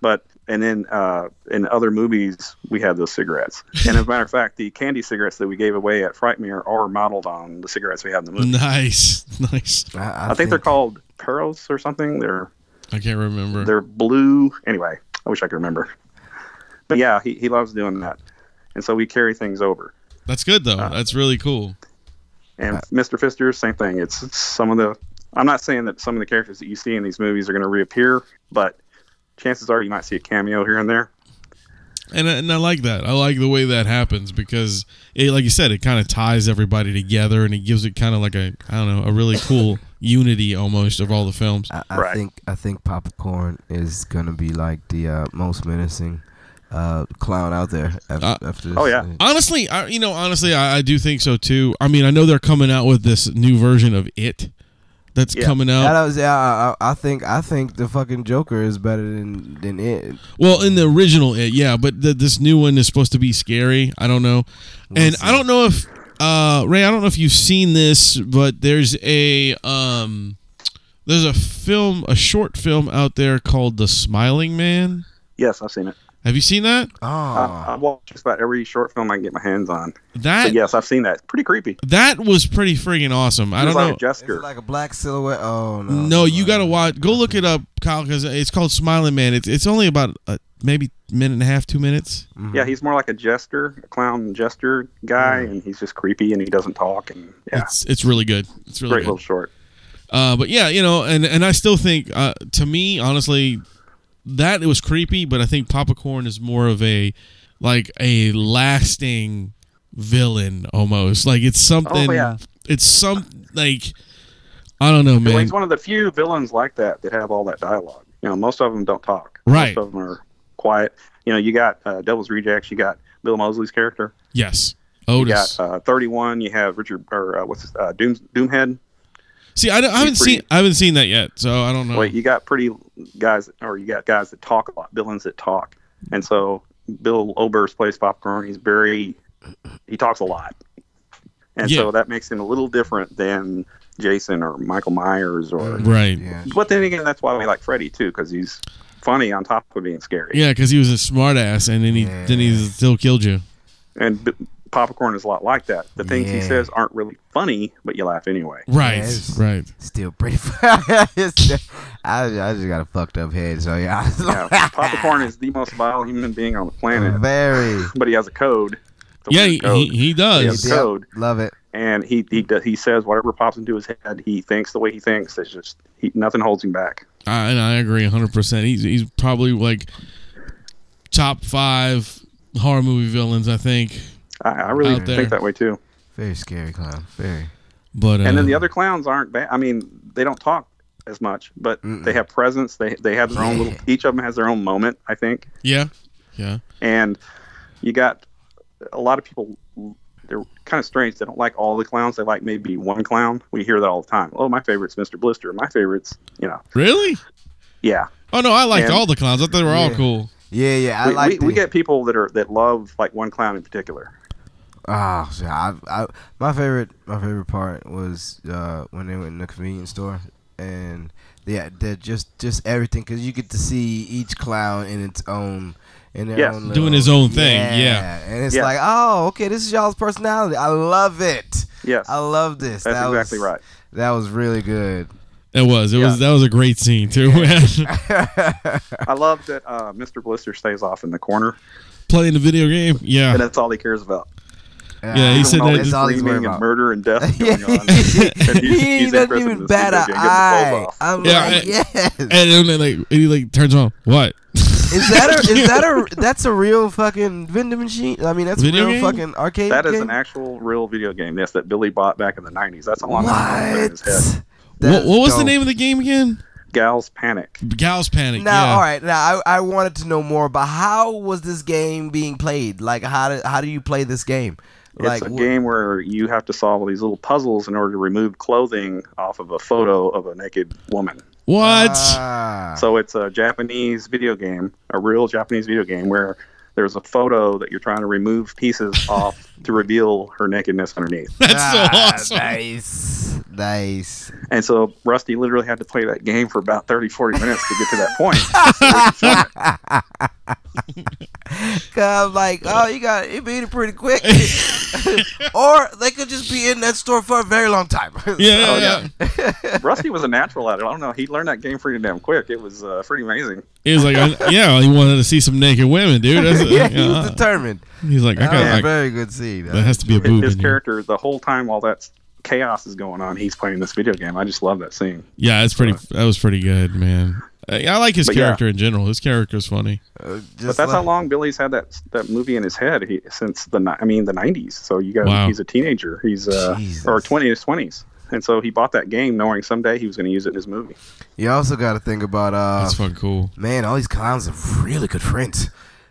S3: But and then uh, in other movies, we had those cigarettes. And as a matter of fact, the candy cigarettes that we gave away at Frightmare are modeled on the cigarettes we have in the movie.
S1: nice, nice.
S2: I,
S3: I, think, they're called Pearls or something. They're
S1: I can't remember.
S3: they're blue. Anyway, I wish I could remember. But yeah, he, he loves doing that, and so we carry things over.
S1: That's good though. That's really cool.
S3: And Mr. Fister, same thing. It's, it's some of the. I'm not saying that some of the characters that you see in these movies are going to reappear, but chances are you might see a cameo here and there.
S1: and and I like that. I like the way that happens because, it, like you said, it kind of ties everybody together and it gives it kind of like a I don't know a really cool unity almost of all the films.
S2: I, I
S3: Right.
S2: think I think popcorn is gonna be like the uh, most menacing uh, clown out there. After,
S1: Uh,
S2: after this.
S3: oh, yeah.
S1: Honestly, I, you know, honestly, I, I do think so too. I mean, I know they're coming out with this new version of it that's
S3: Yeah.
S1: coming
S2: That
S1: out.
S2: was- yeah, I, I I think I think the fucking Joker is better than than it.
S1: Well, in the original it, yeah, but th this new one is supposed to be scary. I don't know, and I don't know if uh, Ray, I don't know if you've seen this, but there's a um, there's a film, a short film out there called The Smiling Man.
S3: Yes, I've seen it.
S1: Have you seen that?
S2: Oh,
S3: I, I watch just about every short film I can get my hands on.
S1: That
S3: But yes, I've seen that. Pretty creepy.
S1: that was pretty friggin' awesome. I
S3: He was
S1: don't
S3: like
S1: know.
S3: a
S2: is
S3: jester.
S2: it like a black silhouette? Oh no.
S1: No, you
S2: no.
S1: gotta watch. Go look it up, Kyle, because it's called Smiling Man. It's it's only about uh, maybe minute and a half, two minutes.
S2: Mhm.
S3: yeah, he's more like a jester, a clown jester guy, and he's just creepy and he doesn't talk. And yeah,
S1: It's it's really good. It's really
S3: great
S1: good.
S3: little short.
S1: Uh, but yeah, you know, and and I still think uh, to me, honestly, that it was creepy. But I think Popcorn is more of a like a lasting villain almost. Like it's something.
S3: Oh, yeah.
S1: It's some like I don't know,
S3: Well,
S1: man.
S3: he's one of the few villains like that that have all that dialogue. You know, most of them don't talk.
S1: Right.
S3: Most of them are quiet. You know, you got uh, Devil's Rejects. You got Bill Mosley's character.
S1: Yes,
S3: You
S1: Otis.
S3: got uh, 31. You have Richard or uh, what's his, uh, Doom, Doomhead.
S1: See, I, don't- I haven't
S3: pretty-
S1: seen I haven't seen that yet, so I don't know.
S3: Wait, you got pretty guys, or you got guys that talk a lot, villains that talk. And so Bill Ober's plays popcorn. He's very, he talks a lot, and
S1: Yeah.
S3: so that makes him a little different than Jason or Michael Myers or.
S1: right?
S2: Yeah.
S3: But then again, that's why we like Freddy too, because he's funny on top of being scary.
S1: Yeah, because he was a smartass, and then he then he still killed you.
S3: and b- popcorn is a lot like that. The things he
S2: Yeah.
S3: says aren't really funny, but you laugh anyway.
S1: Right,
S2: Yes.
S1: right.
S2: Still pretty. I, I just got a fucked up head, so yeah. I was
S3: Yeah,
S2: like,
S3: popcorn is the most vile human being on the planet,
S2: very.
S3: but he has a code. It's a
S1: Yeah,
S3: weird
S1: he, he,
S3: code.
S1: he
S3: Yes.
S1: does.
S3: Yeah. Code.
S2: Love it.
S3: and he he do- he says whatever pops into his head. He thinks the way he thinks. It's just he, nothing holds him back.
S1: I, and I agree 100. percent He's he's probably like top five horror movie villains. I think
S3: I, I really
S1: Out there.
S3: think that way too.
S2: Very scary clown. Very.
S1: But uh,
S3: And then the other clowns aren't bad. I mean, they don't talk as much, but they have presence. They they have their own little. Each of them has their own moment, I think.
S1: yeah, yeah,
S3: And you got a lot of people. They're kind of strange. They don't like all the clowns. They like maybe one clown. We hear that all the time. Oh, my favorite's Mr. Blister. My favorite's, you know,
S1: really?
S3: yeah.
S1: Oh no, I liked
S3: And-
S1: all the clowns. I thought they were all
S2: Yeah.
S1: cool.
S2: Yeah, yeah. I
S3: we,
S2: like
S3: we, we
S2: the-
S3: get people that are that love like one clown in particular.
S2: Ah, shit, I, I, my favorite, my favorite part was uh, when they went in the convenience store, and yeah, they're just, just everything, cause you get to see each clown in its own, in their
S3: Yes.
S2: own
S1: Doing
S2: little-
S1: his own thing, yeah.
S2: and it's
S3: Yeah.
S2: like, oh, okay, this is y'all's personality. I love it.
S3: Yes,
S2: I love this.
S3: that's
S2: That
S3: exactly
S2: was-
S3: right.
S2: That was really good.
S1: It was. It was. That was a great scene too. man.
S3: I love that uh, Mr. Blister stays off in the corner,
S1: Playing the video game. Yeah.
S3: and uh, that's all he cares about.
S1: Yeah, he
S2: Uh,
S1: said
S3: All
S1: that
S3: this
S2: that's all he's worried
S3: screaming
S2: about.
S3: and murder and death
S2: Yeah,
S3: going on. And he's-
S2: he
S3: he's
S2: doesn't
S3: imprisoned in
S2: even
S3: this
S2: bat
S3: video
S2: an
S3: game, getting the
S2: eye.
S3: bulb off.
S2: I'm
S1: Yeah,
S2: like,
S1: I-
S2: yes.
S1: And then they like, and he like turns on. What?
S2: Is that a is that a that's a real fucking vending machine? I mean, that's
S1: Video
S2: a real
S1: game?
S2: fucking arcade.
S3: That is
S2: game?
S3: an actual real video game. Yes, that Billy bought back in the '90s. That's all I'm putting in his head.
S2: What?
S1: What, what was the name of the game again?
S3: Gals panic.
S1: Gals Panic.
S2: Now,
S1: yeah.
S2: all right. Now, I, I wanted to know more about how was this game being played? Like, how do, how do you play this game? Like,
S3: it's a
S2: wh-
S3: game where you have to solve all these little puzzles in order to remove clothing off of a photo of a naked woman.
S1: What?
S3: Uh,
S2: Ah.
S3: So it's a Japanese video game, a real Japanese video game where there's a photo that you're trying to remove pieces off to reveal her nakedness underneath.
S1: That's
S2: Ah,
S1: so awesome.
S2: Nice, nice.
S3: And so Rusty literally had to play that game for about 30, 40 minutes to get to that point.
S2: Cause I'm like, oh, you got it beat it pretty quick, or they could just be in that store for a very long time.
S1: Yeah,
S2: So-
S1: yeah, yeah.
S3: Rusty was a natural at it. I don't know. He learned that game pretty damn quick. It was uh, pretty amazing.
S1: He was like, I- yeah, he wanted to see some naked women, dude. That's,
S2: yeah, he was
S1: uh,
S2: determined.
S1: he's like, I
S2: That was a
S1: got like,
S2: very good scene.
S1: that has to be a boob.
S3: His
S1: in here.
S3: character, the whole time while that chaos is going on, he's playing this video game. I just love that scene.
S1: Yeah, that's pretty. That was pretty good, man. I, I like his
S3: But yeah.
S1: character in general. His character's funny.
S2: Uh,
S3: But
S2: just
S3: that's
S2: like-
S3: how long Billy's had that that movie in his head he, since the ni- I mean the '90s. So you got
S1: Wow.
S3: he's a teenager. He's uh,
S2: Jesus.
S3: or 20 his 20s, and so he bought that game knowing someday he was going to use it in his movie.
S2: You also got to think about uh,
S1: That's fucking cool.
S2: man, all these clowns are really good friends.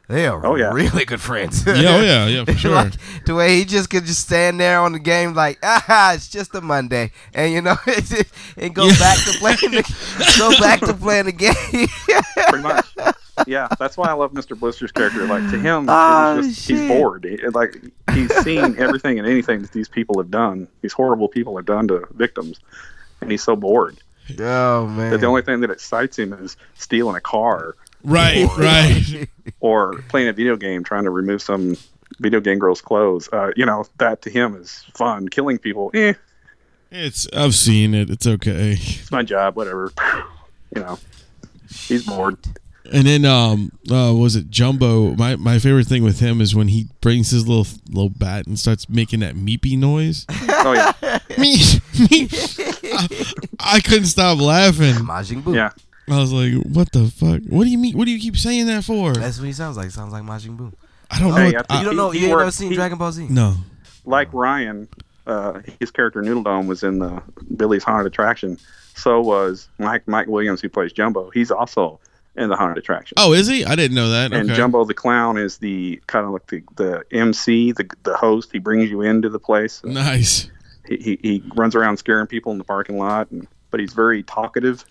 S2: They are
S3: Oh, yeah.
S2: really good friends.
S1: Yeah, oh yeah, yeah, for sure.
S2: like, the way he just could just stand there on the game like, ah, it's just a Monday, and you know, it, it go back to playing the go back to playing the game.
S3: Pretty much. yeah, that's why I love Mr. Blister's character. Like to him, it
S2: Oh,
S3: was just, he's
S2: shit.
S3: bored. He- like he's seen everything and anything that these people have done. These horrible people have done to victims, and he's so bored
S2: oh man,
S3: that the only thing that excites him is stealing a car
S1: Right, right.
S3: or playing a video game trying to remove some video game girl's clothes. Uh, you know, that to him is fun. Killing people, eh,
S1: It's I've seen it. It's okay.
S3: it's my job, whatever. You know, he's bored.
S1: And then um uh was it Jumbo? My my favorite thing with him is when he brings his little little bat and starts making that meepy noise.
S3: Oh, yeah.
S1: me, me. I, I couldn't stop laughing.
S2: Majin Buu.
S3: Yeah.
S1: I was like, "What the fuck? What do you mean? What do you keep saying that for?"
S2: That's what he sounds like. Sounds like Majin Buu.
S1: I don't know.
S3: Hey,
S1: what-
S3: I
S1: I-
S2: you don't
S3: he-
S2: know.
S3: he
S2: you ain't never
S3: worked-
S2: seen
S3: he-
S2: Dragon Ball Z.
S1: no.
S3: like Ryan, uh, his character Noodle Dome was in the Billy's Haunted Attraction. So was Mike Mike Williams, who plays Jumbo. He's also in the Haunted Attraction.
S1: Oh, is he? I didn't know that.
S3: And
S1: okay.
S3: Jumbo the clown is the kind of like the, the MC, the the host. He brings you into the place. and
S1: Nice.
S3: He, he he runs around scaring people in the parking lot, and, but he's very talkative.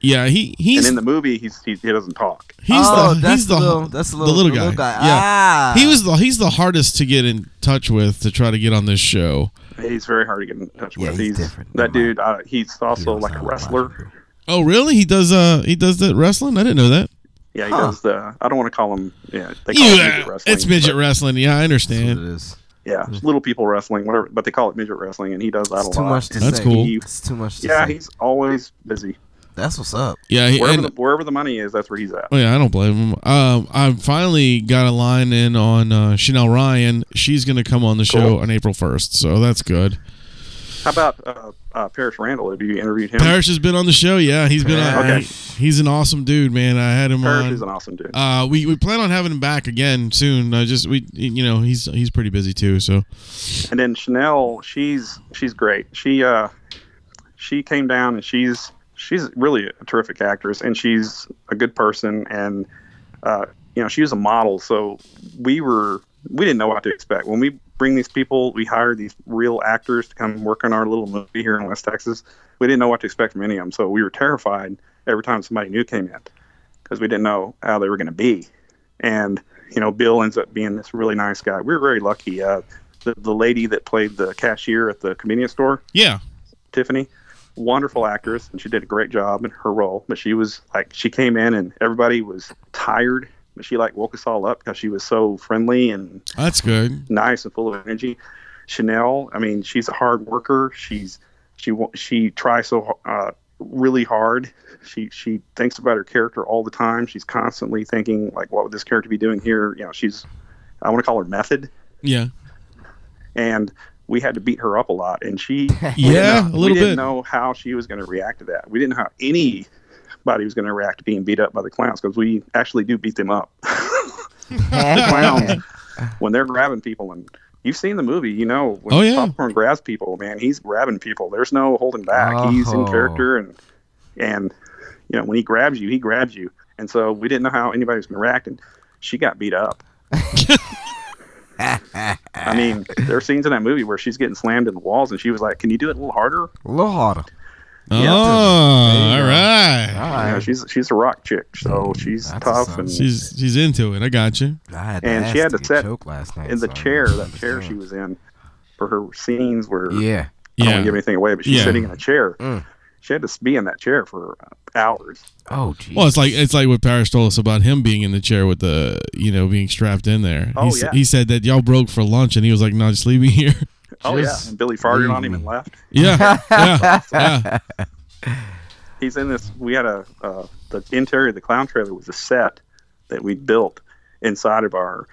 S1: Yeah, he
S3: And
S1: he's
S3: in the movie, he's he, he doesn't talk.
S1: he's
S2: oh,
S1: the
S2: that's
S1: he's
S2: the
S1: the,
S2: little, that's the
S1: the
S2: little,
S1: little
S2: the
S1: guy. Yeah.
S2: Ah.
S1: He was the he's the hardest to get in touch with to try to get on this show.
S3: He's very hard to get in touch
S2: Yeah,
S3: with.
S2: he's different.
S3: That
S2: Never mind.
S3: dude. Uh, he's also like a wrestler.
S1: Oh, really? He does uh he does that wrestling? I didn't know that.
S3: Yeah, he
S2: Huh.
S3: does the. I don't want to call him. Yeah, they call him
S1: Yeah,
S3: midget wrestling.
S1: it's midget
S3: but-
S1: wrestling. Yeah, I
S2: That's what
S1: understand.
S2: it is.
S3: Yeah,
S1: Mm.
S3: little people wrestling, whatever. But they call it midget wrestling, and he does that
S2: It's
S3: a
S2: too
S3: lot.
S2: much to
S1: That's
S2: say.
S1: cool.
S3: He-
S2: It's too much to
S3: yeah,
S2: say.
S3: he's always busy.
S2: That's what's up.
S1: Yeah, he,
S3: Wherever
S1: and-
S3: the wherever the money is, that's where he's at.
S1: Oh yeah, I don't blame him. Um, I finally got a line in on uh, Chanel Ryan. She's gonna come on the show on April first, so that's good.
S3: How about uh, uh, Parrish Randall? Have you interviewed him? Parrish,
S1: Parrish has been on the show. Yeah, he's been on.
S3: Okay.
S1: he- he's an awesome dude, man. I had him on.
S3: is an awesome dude.
S1: Uh, we, we plan on having him back again soon. Uh, just we you know he's he's pretty busy too. So
S3: and then Chanel, she's she's great. She uh, she came down and she's she's really a terrific actress and she's a good person and uh, you know she was a model, so we were we didn't know what to expect when we bring these people. We hire these real actors to come work on our little movie here in West Texas. We didn't know what to expect from any of them, so we were terrified every time somebody new came in because we didn't know how they were going to be. And you know, Bill ends up being this really nice guy. We were very lucky. Uh, the, the lady that played the cashier at the convenience store,
S1: yeah,
S3: Tiffany, wonderful actress, and she did a great job in her role. But she was like, she came in and everybody was tired, but she like woke us all up because she was so friendly and
S1: that's good.
S3: nice and full of energy. Chanel, I mean, she's a hard worker. She's she wa- she tries so uh, really hard. She she thinks about her character all the time. She's constantly thinking like, what would this character be doing here? You know, she's I want to call her method.
S1: Yeah,
S3: And we had to beat her up a lot, and she we didn't
S1: yeah,
S3: know-
S1: a little
S3: we
S1: bit.
S3: didn't know how she was going to react to that. We didn't know how anybody was going to react to being beat up by the clowns because we actually do beat them up. clowns when they're grabbing people and you've seen the movie you know when
S1: Oh, yeah.
S3: popcorn grabs people man he's grabbing people there's no holding back he's in
S2: Oh.
S3: character and and you know when he grabs you he grabs you and so we didn't know how anybody was going to react and she got beat up i mean there are scenes in that movie where she's getting slammed in the walls and she was like can you do it a little harder
S2: A little harder.
S1: Oh,
S2: There
S1: all
S2: you
S1: right.
S2: go. All
S3: you know,
S2: right. Mm,
S3: she's she's a rock chick so she's
S2: That's
S3: tough
S2: awesome.
S3: and
S1: She's she's into it. I got you.
S2: I had
S3: and
S2: ask
S3: she had to
S2: get
S3: sit
S2: choked last night
S3: in the
S2: so I
S3: chair that
S2: understand.
S3: chair she was in for her scenes
S2: Yeah.
S3: where I don't want
S1: Yeah,
S3: to give anything away, but she's
S1: Yeah.
S3: sitting in a chair.
S2: Mm.
S3: She had to be in that chair for uh, hours.
S2: Oh, geez.
S1: Well, it's like it's like what Parrish told us about him being in the chair with the you know being strapped in there.
S3: Oh,
S1: he, s-
S3: yeah.
S1: he said that y'all broke for lunch, and he was like, "No, just leave me here."
S3: Oh yeah,
S2: Just
S3: and Billy farted on him
S2: leave
S3: and left.
S1: yeah, yeah, yeah.
S3: He's in this. We had a uh, the interior of the clown trailer was a set that we built inside of our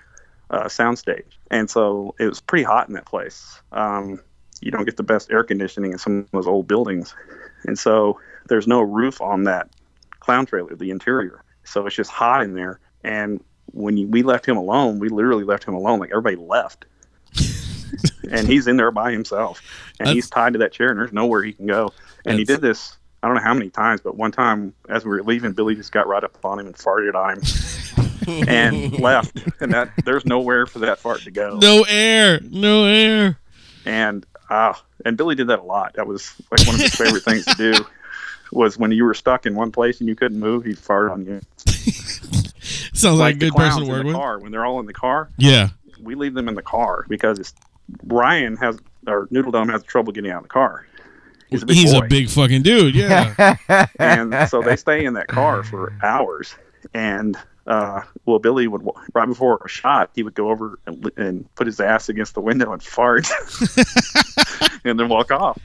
S3: uh, soundstage, and so it was pretty hot in that place. Um, you don't get the best air conditioning in some of those old buildings, and so there's no roof on that clown trailer, the interior. So it's just hot in there. And when you, we left him alone, we literally left him alone. Like everybody left. and he's in there by himself. And he's tied to that chair and there's nowhere he can go. And he
S1: That's-
S3: did this, I don't know how many times, but one time as we were leaving, Billy just got right up on him and farted on him and left. And that there's nowhere for that fart to go.
S1: No air, no air.
S3: And ah, and Billy did that a lot. That was like one of his favorite things to do. Was when you were stuck in one place and you couldn't move, he'd fart on you.
S1: Sounds like, a
S3: the
S1: good person to
S3: clowns in
S1: work
S3: the
S1: with.
S3: Car, when they're all in the car,
S1: Yeah,
S3: we leave them in the car because it's Ryan has or Noodle Dome has trouble getting out of the car. He's a big
S1: he's
S3: boy.
S1: a big fucking dude. Yeah.
S3: and so they stay in that car for hours. And uh, well, Billy would wa- right before a shot, he would go over and, li- and put his ass against the window and fart, and then walk off.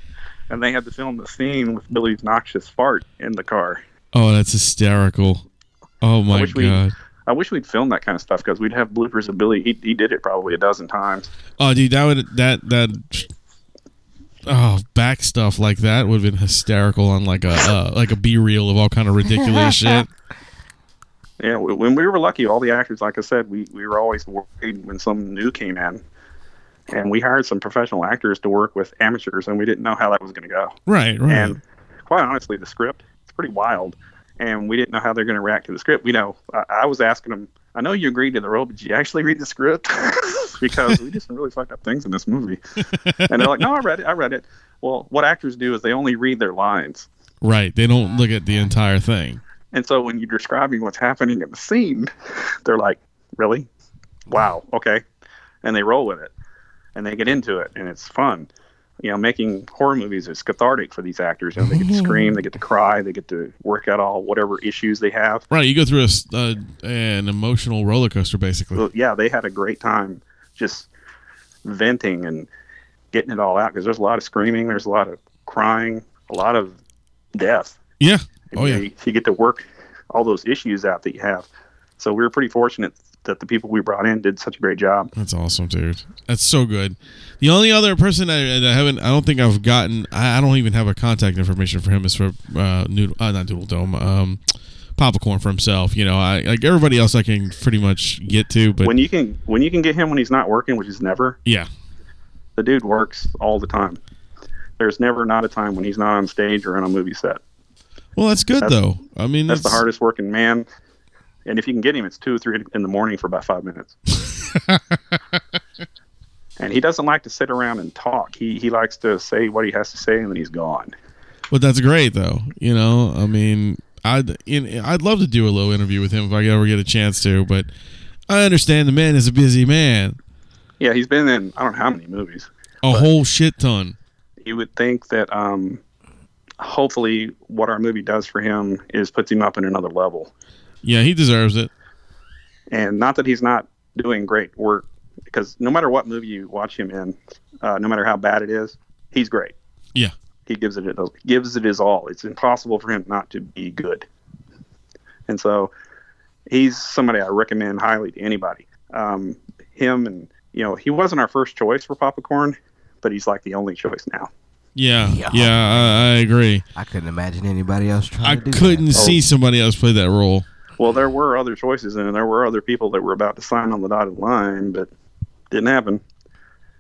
S3: And they had to film the scene with Billy's noxious fart in the car.
S1: Oh, that's hysterical. Oh my
S3: wish we-
S1: god.
S3: I wish we'd filmed that kind of stuff because we'd have bloopers of Billy. He, he did it probably a dozen times.
S1: Oh, dude, that would that that oh back stuff like that would have been hysterical on like a uh, like a B reel of all kind of ridiculous shit.
S3: Yeah, w- when we were lucky, all the actors, like I said, we, we were always worried when some new came in. And we hired some professional actors to work with amateurs, and we didn't know how that was going to go.
S1: Right, right.
S3: And quite honestly, the script it's pretty wild, and we didn't know how they're going to react to the script. We know I, I was asking them. I know you agreed to the role, but did you actually read the script? because we did some really fucked up things in this movie. And they're like, no, I read it. I read it. Well, what actors do is they only read their lines.
S1: right. They don't look at the entire thing.
S3: And so when you're describing what's happening in the scene, they're like, really? Wow. Okay. And they roll with it and they get into it and it's fun. You know, making horror movies is cathartic for these actors. You know, they get to scream, they get to cry, they get to work out all whatever issues they have.
S1: Right, you go through a s uh, an emotional roller coaster basically.
S3: But yeah, they had a great time just venting and getting it all out because there's a lot of screaming, there's a lot of crying, a lot of death.
S1: Yeah.
S3: And
S1: Oh
S3: you,
S1: yeah.
S3: know, you- you get to work all those issues out that you have. So we were pretty fortunate that the people we brought in did such a great job.
S1: That's awesome, dude. That's so good. The only other person I, that I haven't, I don't think I've gotten, I, I don't even have a contact information for him is for uh, Noodle, uh, not Noodle Dome, um, Popcorn for himself. You know, I like everybody else I can pretty much get to, but
S3: when you can when you can get him when he's not working, which is never,
S1: yeah,
S3: the dude works all the time. There's never not a time when he's not on stage or on a movie set.
S1: well, that's good
S3: That's-
S1: though. I mean,
S3: That's the
S1: it's-
S3: hardest working man. And if you can get him, it's two or three in the morning for about five minutes. and he doesn't like to sit around and talk. He he likes to say what he has to say and then he's gone.
S1: But that's great though. You know, I mean, I'd in, I'd love to do a little interview with him if I ever get a chance to, but I understand the man is a busy man,
S3: Yeah, he's been in I don't know how many movies.
S1: a whole shit ton.
S3: You would think that um, hopefully what our movie does for him is puts him up in another level.
S1: Yeah, he deserves it.
S3: and not that he's not doing great work because no matter what movie you watch him in uh, no matter how bad it is he's great
S1: Yeah.
S3: he gives it gives it his all it's impossible for him not to be good and so he's somebody i recommend highly to anybody um, him and you know he wasn't our first choice for popcorn but he's like the only choice now
S1: Yeah,
S2: Yeah.
S1: yeah, I, I agree.
S2: I couldn't imagine anybody else trying
S1: I
S2: to do
S1: couldn't
S2: that. Oh,
S1: see somebody else play that role.
S3: well there were other choices and there were other people that were about to sign on the dotted line but didn't happen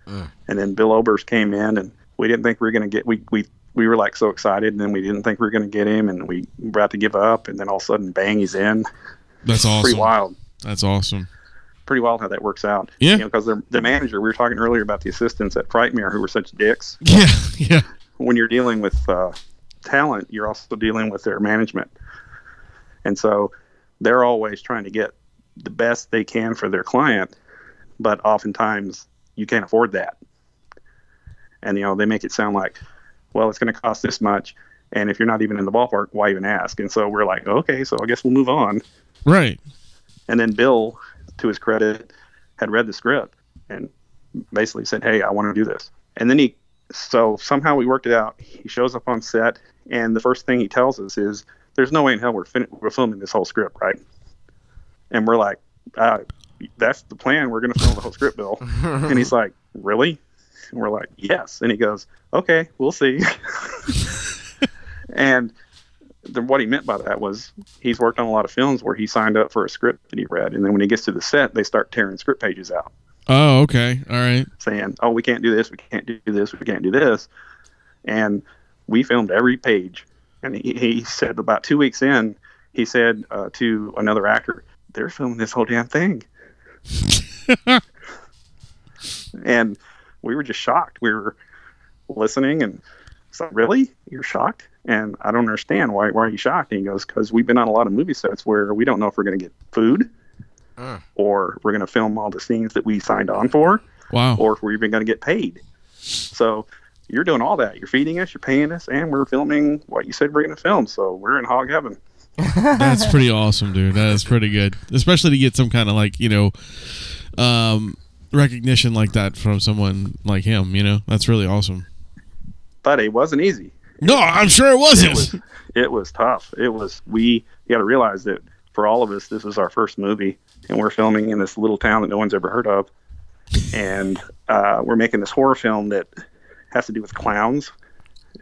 S2: Mm.
S3: and then bill obers came in and we didn't think we were going to get we, we we were like so excited and then we didn't think we were going to get him and we were about to give up and then all of a sudden bang he's in
S1: That's
S3: pretty
S1: awesome.
S3: wild
S1: That's awesome.
S3: pretty wild how that works out
S1: Yeah.
S3: you know because the, the manager we were talking earlier about the assistants at frightmare who were such dicks
S1: Yeah, yeah,
S3: when you're dealing with uh, talent, you're also dealing with their management. And so they're always trying to get the best they can for their client, but oftentimes you can't afford that. And, you know, they make it sound like, well, it's going to cost this much. And if you're not even in the ballpark, why even ask? And so we're like, okay, so I guess we'll move on.
S1: right.
S3: And then Bill, to his credit, had read the script and basically said, "Hey, I want to do this." And then he, so somehow we worked it out. He shows up on set, and the first thing he tells us is, "There's no way in hell we're fin- we're filming this whole script, right?" And we're like, uh, "That's the plan. We're going to film the whole script, Bill." And he's like, "Really?" And we're like, "Yes." And he goes, "Okay, we'll see." and the, what he meant by that was he's worked on a lot of films where he signed up for a script that he read, and then when he gets to the set, they start tearing script pages out,
S1: Oh, okay. All right.
S3: saying, "Oh, we can't do this, we can't do this, we can't do this," and we filmed every page. And he, he said about two weeks in, he said uh, to another actor, "They're filming this whole damn thing," and we were just shocked. We were listening and it's like, really? You're shocked? And I don't understand why. Why are you shocked? And he goes, because we've been on a lot of movie sets where we don't know if we're going to get food,
S2: Mm.
S3: or we're going to film all the scenes that we signed on for,
S1: Wow.
S3: or if we're even going to get paid. So you're doing all that. You're feeding us, you're paying us, and we're filming what you said we're going to film. So we're in hog heaven.
S1: That's pretty awesome, dude. That is pretty good. Especially to get some kind of like, you know, um, recognition like that from someone like him, you know? That's really awesome.
S3: But it wasn't easy.
S1: No, I'm sure it
S3: It
S1: wasn't.
S3: was it was tough. It was we. You got to realize that for all of us, this was our first movie, and we're filming in this little town that no one's ever heard of, and uh, we're making this horror film that has to do with clowns,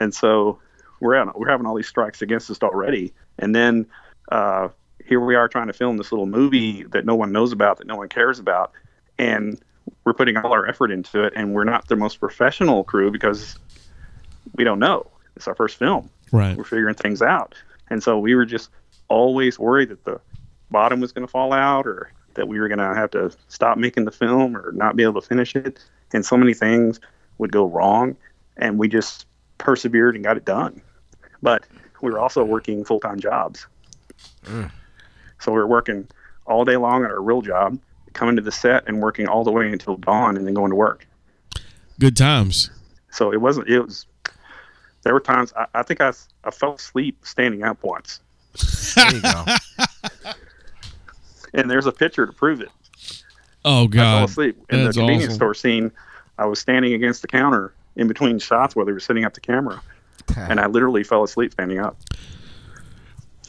S3: and so we're out, we're having all these strikes against us already, and then uh, here we are trying to film this little movie that no one knows about, that no one cares about, and we're putting all our effort into it, and we're not the most professional crew because we don't know. It's our first film
S1: right.
S3: we're figuring things out. And so we were just always worried that the bottom was going to fall out or that we were going to have to stop making the film or not be able to finish it. And so many things would go wrong. And we just persevered and got it done. But we were also working full time jobs. So we were working all day long at our real job, coming to the set and working all the way until dawn and then going to work.
S1: Good times.
S3: So it wasn't, it was, there were times I, I think I, s- I fell asleep standing up once.
S2: There you go.
S3: and there's a picture to prove it.
S1: Oh
S3: I fell
S1: god.
S3: asleep in the
S1: that's
S3: convenience
S1: awesome.
S3: store scene. I was standing against the counter in between shots while they were setting up the camera, and I literally fell asleep standing up.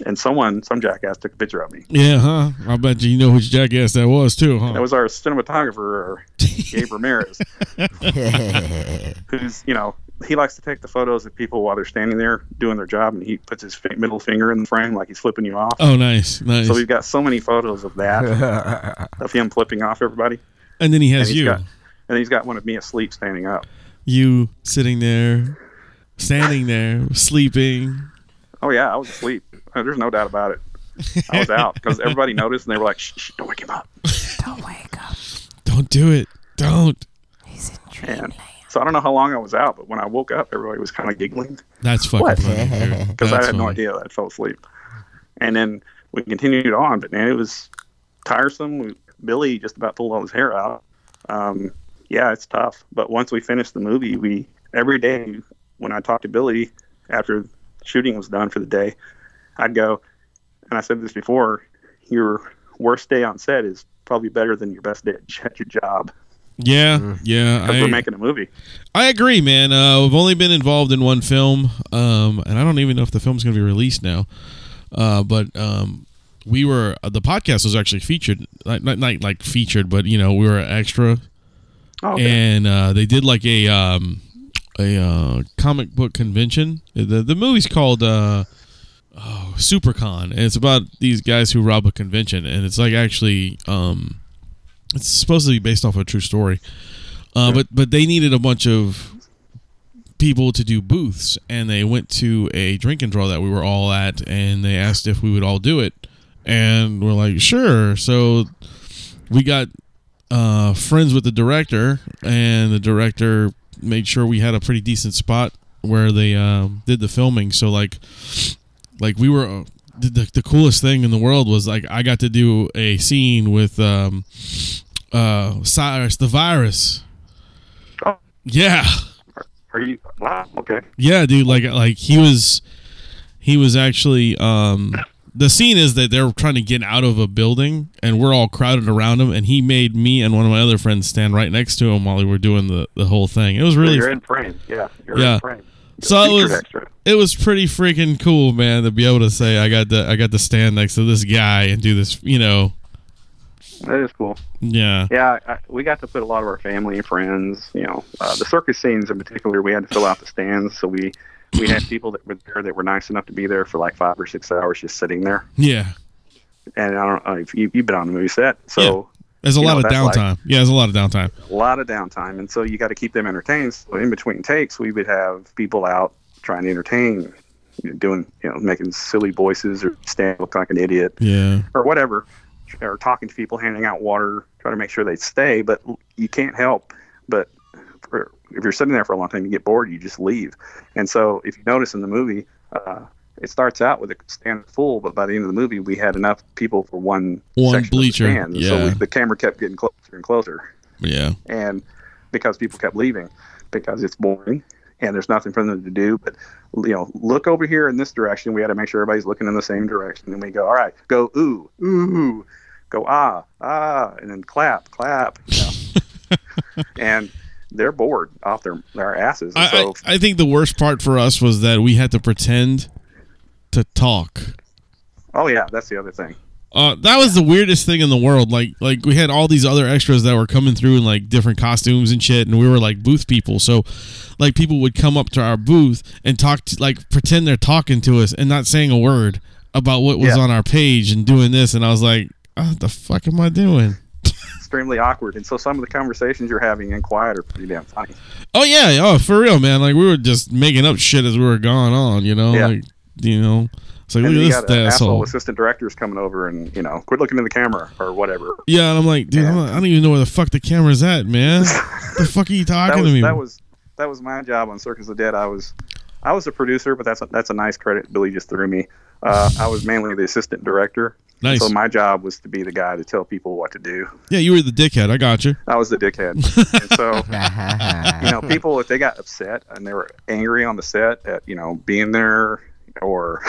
S3: and someone, some jackass, took a picture of me.
S1: Yeah, huh? I bet you know which jackass that was too, huh?
S3: That was our cinematographer, uh, Gabe Ramirez, who's you know he likes to take the photos of people while they're standing there doing their job, and he puts his fi- middle finger in the frame like he's flipping you off.
S1: oh, nice, nice.
S3: So we've got so many photos of that of him flipping off everybody,
S1: and then he
S3: and
S1: has
S3: he's
S1: you,
S3: got and he's got one of me asleep standing up.
S1: you sitting there, standing there, sleeping.
S3: Oh yeah, I was asleep. Uh, There's no doubt about it. I was out because everybody noticed, and they were like, shh, shh, "Don't wake him up."
S4: Don't wake up.
S1: Don't do it. Don't.
S4: He's in
S3: And
S4: dreamland.
S3: so I don't know how long I was out, but when I woke up, everybody was kind of giggling.
S1: That's fucking
S3: What?
S1: funny.
S3: because I had no idea that I fell asleep. And then we continued on, but man, it was tiresome. We, Billy just about pulled all his hair out. Um, yeah, it's tough. But once we finished the movie, we every day when I talked to Billy after shooting was done for the day, I'd go, and I said this before: your worst day on set is probably better than your best day at your job Mm.
S1: Yeah, yeah.
S3: because
S1: I-
S3: we're making a movie.
S1: I agree, man. Uh, I've only been involved in one film, um, and I don't even know if the film's going to be released now. Uh, but um, we were the podcast was actually featured, not, not, not like featured, but you know we were extra,
S3: Oh, okay.
S1: and uh, they did like a um, a uh, comic book convention. The the movie's called. Uh, Oh, SuperCon, and it's about these guys who rob a convention, and it's like actually, um, it's supposed to be based off a true story, uh, but but they needed a bunch of people to do booths, and they went to a drink and draw that we were all at, and they asked if we would all do it, and we're like, sure. So we got uh, friends with the director, and the director made sure we had a pretty decent spot where they uh, did the filming. So like like we were uh, the- the, the coolest thing in the world was like I got to do a scene with um uh Cyrus the virus.
S3: Oh.
S1: Yeah.
S3: Are you? Wow. Okay.
S1: Yeah, dude, like like he was he was actually um the scene is that they're trying to get out of a building and we're all crowded around him and he made me and one of my other friends stand right next to him while we were doing the, the whole thing. It was really
S3: You're in frame. Yeah. You're
S1: Yeah.
S3: in frame.
S1: so it
S3: Featured
S1: was
S3: extra.
S1: it was pretty freaking cool, man, to be able to say I got to I got to stand next to this guy and do this, you know.
S3: That is cool.
S1: Yeah.
S3: Yeah, I, we got to put a lot of our family and friends. You know, uh, the circus scenes in particular, we had to fill out the stands, so we we had people that were there that were nice enough to be there for like five or six hours just sitting there.
S1: Yeah.
S3: And I don't know if you, you've been on the movie set, so
S1: There's a
S3: You
S1: lot
S3: know
S1: of
S3: what that's
S1: downtime. yeah, there's a lot of downtime.
S3: a lot of downtime, and so you got to keep them entertained. So in between takes, we would have people out trying to entertain, you know, doing you know making silly voices or stand look like an idiot.
S1: Yeah.
S3: or whatever, or talking to people, handing out water, trying to make sure they stay. But you can't help. But for, if you're sitting there for a long time, you get bored. You just leave. And so, if you notice in the movie, uh, it starts out with a stand full, but by the end of the movie, we had enough people for one
S1: One
S3: section of the
S1: bleacher,
S3: stand. And So
S1: yeah.
S3: we, the camera kept getting closer and closer,
S1: Yeah.
S3: and because people kept leaving, because it's boring. And there's nothing for them to do, but you know, look over here in this direction. We had to make sure everybody's looking in the same direction. And we go, all right, go ooh, ooh, go ah, ah, and then clap, clap. You know? and they're bored off their their asses. And
S1: I,
S3: so
S1: I, I think the worst part for us was that we had to pretend to talk.
S3: oh yeah, that's the other thing.
S1: Uh, that was the weirdest thing in the world. Like, like we had all these other extras that were coming through in like different costumes and shit, and we were like booth people. So, like, people would come up to our booth and talk, to, like, pretend they're talking to us and not saying a word about what was
S3: Yeah.
S1: on our page and doing this. And I was like, oh, "What the fuck am I doing?"
S3: Extremely awkward. And so some of the conversations you're having in quiet are pretty damn funny.
S1: Oh yeah, oh for real, man. Like we were just making up shit as we were going on, you know.
S3: Yeah.
S1: Like you know, it's like
S3: And
S1: look
S3: you
S1: at
S3: got
S1: this
S3: an asshole
S1: asshole.
S3: assistant directors coming over and, you know, quit looking in the camera or whatever.
S1: Yeah, and I'm like, dude, I'm
S3: Yeah.
S1: not- I don't even know where the fuck the camera's at, man. the fuck are you
S3: That
S1: talking
S3: was,
S1: to me?
S3: that was that was my job on Circus of the Dead. I was I was a producer, but that's a, that's a nice credit Billy just threw me. Uh, I was mainly the assistant director.
S1: nice.
S3: So my job was to be the guy to tell people what to do.
S1: yeah, you were the dickhead. I got you.
S3: I was the dickhead. and so, you know, people if they got upset and they were angry on the set at, you know, being there or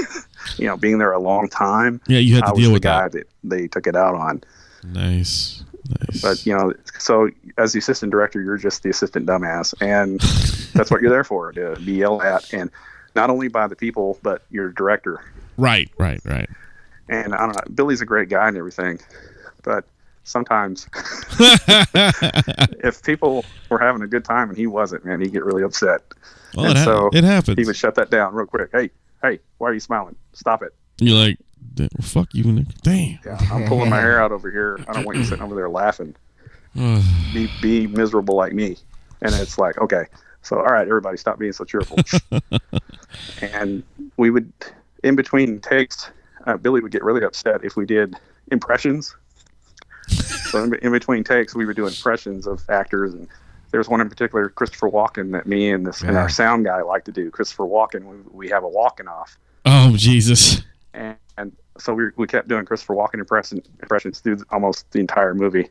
S3: you know, being there a long time,
S1: Yeah, you had
S3: I
S1: to
S3: was
S1: deal
S3: the
S1: with
S3: guy
S1: that.
S3: that. they took it out on.
S1: Nice, nice.
S3: But, you know, so as the assistant director, you're just the assistant dumbass and that's what you're there for, to be yelled at and not only by the people, but your director.
S1: Right, right, right.
S3: And I don't know. Billy's a great guy and everything, but sometimes if people were having a good time and he wasn't, man, he'd get really upset.
S1: Well,
S3: And
S1: it, hap-
S3: so
S1: it happens.
S3: He would shut that down real quick. Hey, hey, why are you smiling? Stop it.
S1: You're like, "D- fuck you, Nick. Damn.
S3: Yeah, I'm pulling my hair out over here. I don't want you sitting over there laughing.
S1: Ugh.
S3: Be be miserable like me. And it's like, okay, so all right, everybody, stop being so cheerful. and we would, in between takes, uh, Billy would get really upset if we did impressions. so in, in between takes, we would do impressions of actors, and there was one in particular, Christopher Walken, that me and this and
S2: Yeah.
S3: our sound guy like to do. Christopher Walken, we, we have a walking off,
S1: Oh Jesus.
S3: and, and so we, we kept doing Christopher Walken impression, impressions through th- almost the entire movie.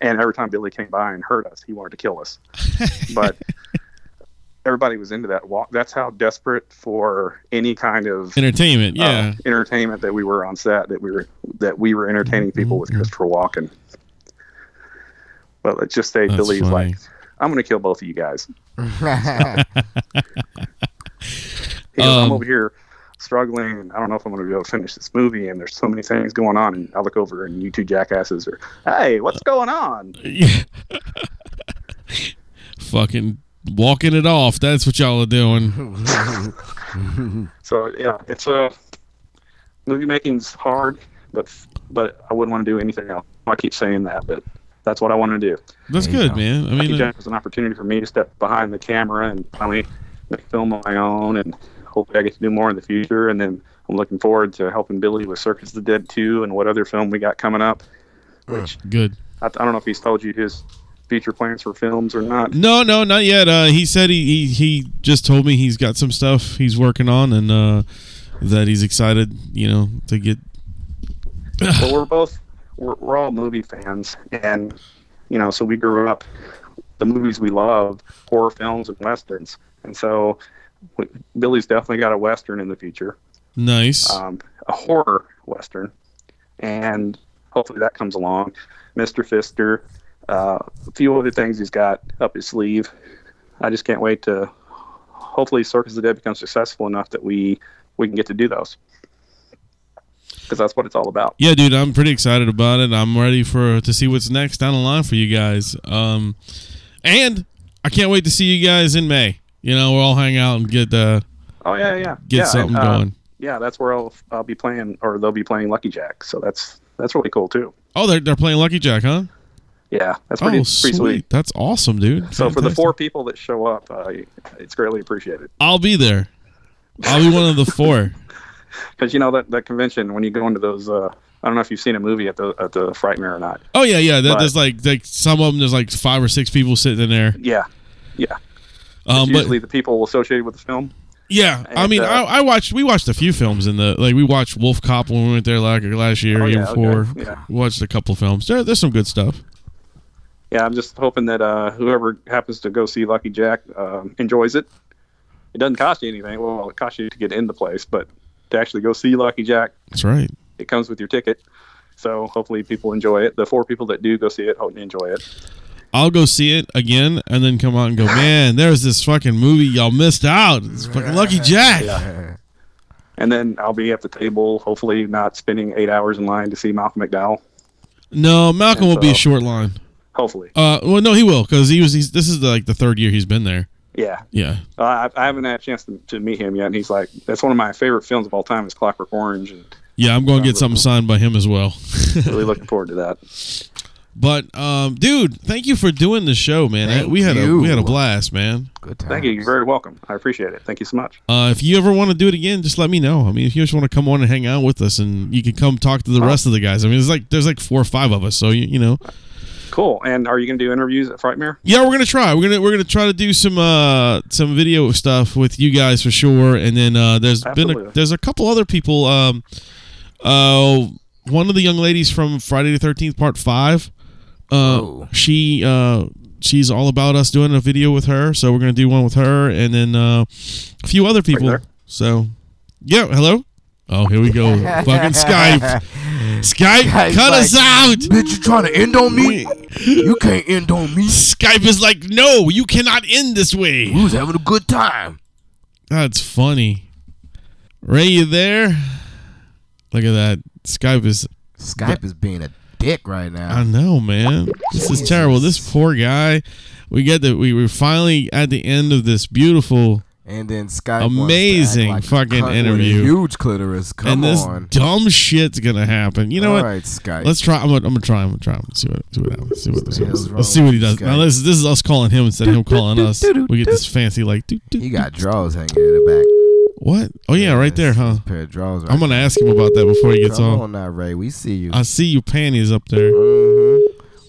S3: And every time Billy came by and hurt us, he wanted to kill us. But everybody was into that walk. That's how desperate for any kind of
S1: Entertainment. Yeah.
S3: uh, entertainment that we were on set that we were that we were entertaining
S1: Mm-hmm.
S3: people with Christopher Walken. But let's just say
S1: That's
S3: Billy's
S1: funny.
S3: like, I'm going to kill both of you guys. He goes,
S1: Um,
S3: I'm over here struggling. and I don't know if I'm going to be able to finish this movie. And there's so many things going on. And I look over, and you two jackasses are, hey, what's going on?
S1: Yeah. Fucking walking it off. That's what y'all are doing.
S3: So yeah, it's uh, movie making's hard, but but I wouldn't want to do anything else. I keep saying that, but that's what I want to do.
S1: That's
S2: There you
S1: good,
S2: go.
S1: man. I
S3: Lucky
S1: mean, uh,
S3: Jack was an opportunity for me to step behind the camera and finally make film on my own, and hopefully I get to do more in the future. And then I'm looking forward to helping Billy with Circus of the Dead 2 and what other film we got coming up. Which
S1: good.
S3: I, I don't know if he's told you his future plans for films or not.
S1: No, no, not yet. Uh, he said he, he he just told me he's got some stuff he's working on and uh, that he's excited, you know, to get.
S3: but we're both we're, we're all movie fans, and you know, so we grew up the movies we love, horror films and westerns, and so w- Billy's definitely got a western in the future.
S1: Nice.
S3: um, a horror western, and hopefully that comes along. Mister Fister, uh, a few other things he's got up his sleeve. I just can't wait to hopefully Circus of the Dead becomes successful enough that we we can get to do those because that's what it's all about.
S1: Yeah, dude, I'm pretty excited about it. I'm ready for to see what's next down the line for you guys. Um, and I can't wait to see you guys in May. You know, we'll all hang out and get uh,
S3: Oh yeah, yeah,
S1: get
S3: yeah,
S1: something
S3: and, uh,
S1: going.
S3: Yeah, that's where I'll I'll be playing, or they'll be playing Lucky Jack. So that's that's really cool too.
S1: Oh, they're they're playing Lucky Jack, huh?
S3: Yeah, that's
S1: Oh,
S3: pretty,
S1: sweet.
S3: pretty sweet.
S1: That's awesome, dude.
S3: So for the
S1: Fantastic.
S3: four people that show up, uh, it's greatly appreciated.
S1: I'll be there. I'll be one of the four.
S3: because you know that that convention when you go into those uh i don't know if you've seen a movie at the at the frightmare or not
S1: Oh yeah, yeah. That,
S3: But-
S1: there's like like some of them. There's like five or six people sitting in there.
S3: yeah yeah
S1: Um, but
S3: usually the people associated with the film
S1: yeah, I
S3: and,
S1: mean,
S3: uh,
S1: I, I watched. We watched a few films in the like. We watched Wolf Cop when we went there like last year,
S3: Oh,
S1: year
S3: yeah, okay.
S1: before.
S3: Yeah.
S1: Watched a couple films. There, there's some good stuff.
S3: yeah i'm just hoping that uh whoever happens to go see lucky jack um, enjoys it it doesn't cost you anything well it costs you to get in the place but to actually go see lucky jack
S1: That's right.
S3: it comes with your ticket so hopefully people enjoy it the four people that do go see it hope they enjoy it
S1: I'll go see it again and then come out and go, man, there's this fucking movie y'all missed out. It's fucking Lucky Jack.
S3: and then i'll be at the table hopefully not spending eight hours in line to see malcolm mcdowell
S1: No, Malcolm will be a short line.
S3: hopefully
S1: Uh, well, no, he will because he was. He's, this is like the third year he's been there.
S3: yeah
S1: Yeah.
S3: Uh, I, I haven't had a chance to, to meet him yet, and he's like, "That's one of my favorite films of all time is Clockwork Orange," and
S1: Yeah, I'm going to get something signed by him as well.
S3: really looking forward to that.
S1: But um, dude, thank you for doing the show, man.
S2: Thank
S1: we had a
S2: you.
S1: we had a blast, man.
S2: Good time.
S3: Thank you. You're very welcome. I appreciate it. Thank you so much.
S1: Uh, if you ever want to do it again, just let me know. I mean, if you just want to come on and hang out with us, and you can come talk to the rest of the guys. I mean, it's like there's like four or five of us, so you, you know.
S3: Cool. And are you going to do interviews at Frightmare?
S1: Yeah, we're gonna try. We're gonna we're gonna try to do some uh some video stuff with you guys for sure. And then uh, there's been a,
S3: Absolutely.
S1: there's a couple other people. Um, uh, one of the young ladies from Friday the Thirteenth Part Five. Uh,
S2: Oh.
S1: she uh she's all about us doing a video with her. So we're gonna do one with her, and then uh, a few other people.
S3: there.
S1: so yeah, hello. Oh, here we go. Fucking Skype. Skype,
S2: Skype's
S1: cut us
S2: like-
S1: out.
S2: Bitch, you trying to end on me? You can't end on me.
S1: Skype is like, no, you cannot end this way.
S2: We was having a good time.
S1: That's funny. Ray, you there? Look at that. Skype is.
S2: Skype is being a dick right
S1: I
S2: now.
S1: know, man. This is terrible. This poor guy. We get that. We were finally at the end of this beautiful
S2: And then Skype
S1: Amazing
S2: wants to act like a
S1: fucking
S2: cunt with a
S1: interview.
S2: huge clitoris. Come
S1: and this
S2: on.
S1: dumb shit's gonna happen. You know
S2: All
S1: what?
S2: right, Skype.
S1: Let's try. I'm gonna, I'm gonna try. I'm gonna try. Let's see what see what happens. See what,
S2: What the
S1: see what-
S2: hell's wrong
S1: let's see what he
S2: with
S1: does.
S2: this
S1: Now
S2: guy?
S1: this this is us calling him instead of him calling us. We get this fancy like. doo, doo,
S2: he
S1: doo.
S2: got drawers hanging in the back.
S1: what? Oh yeah, right there,
S2: That's-
S1: huh?
S2: that's a pair of drawers. Right
S1: I'm gonna ask him about that before he
S2: there.
S1: gets
S2: Come
S1: on.
S2: on now, Ray. We see you.
S1: I see your panties up there.
S2: Mhm.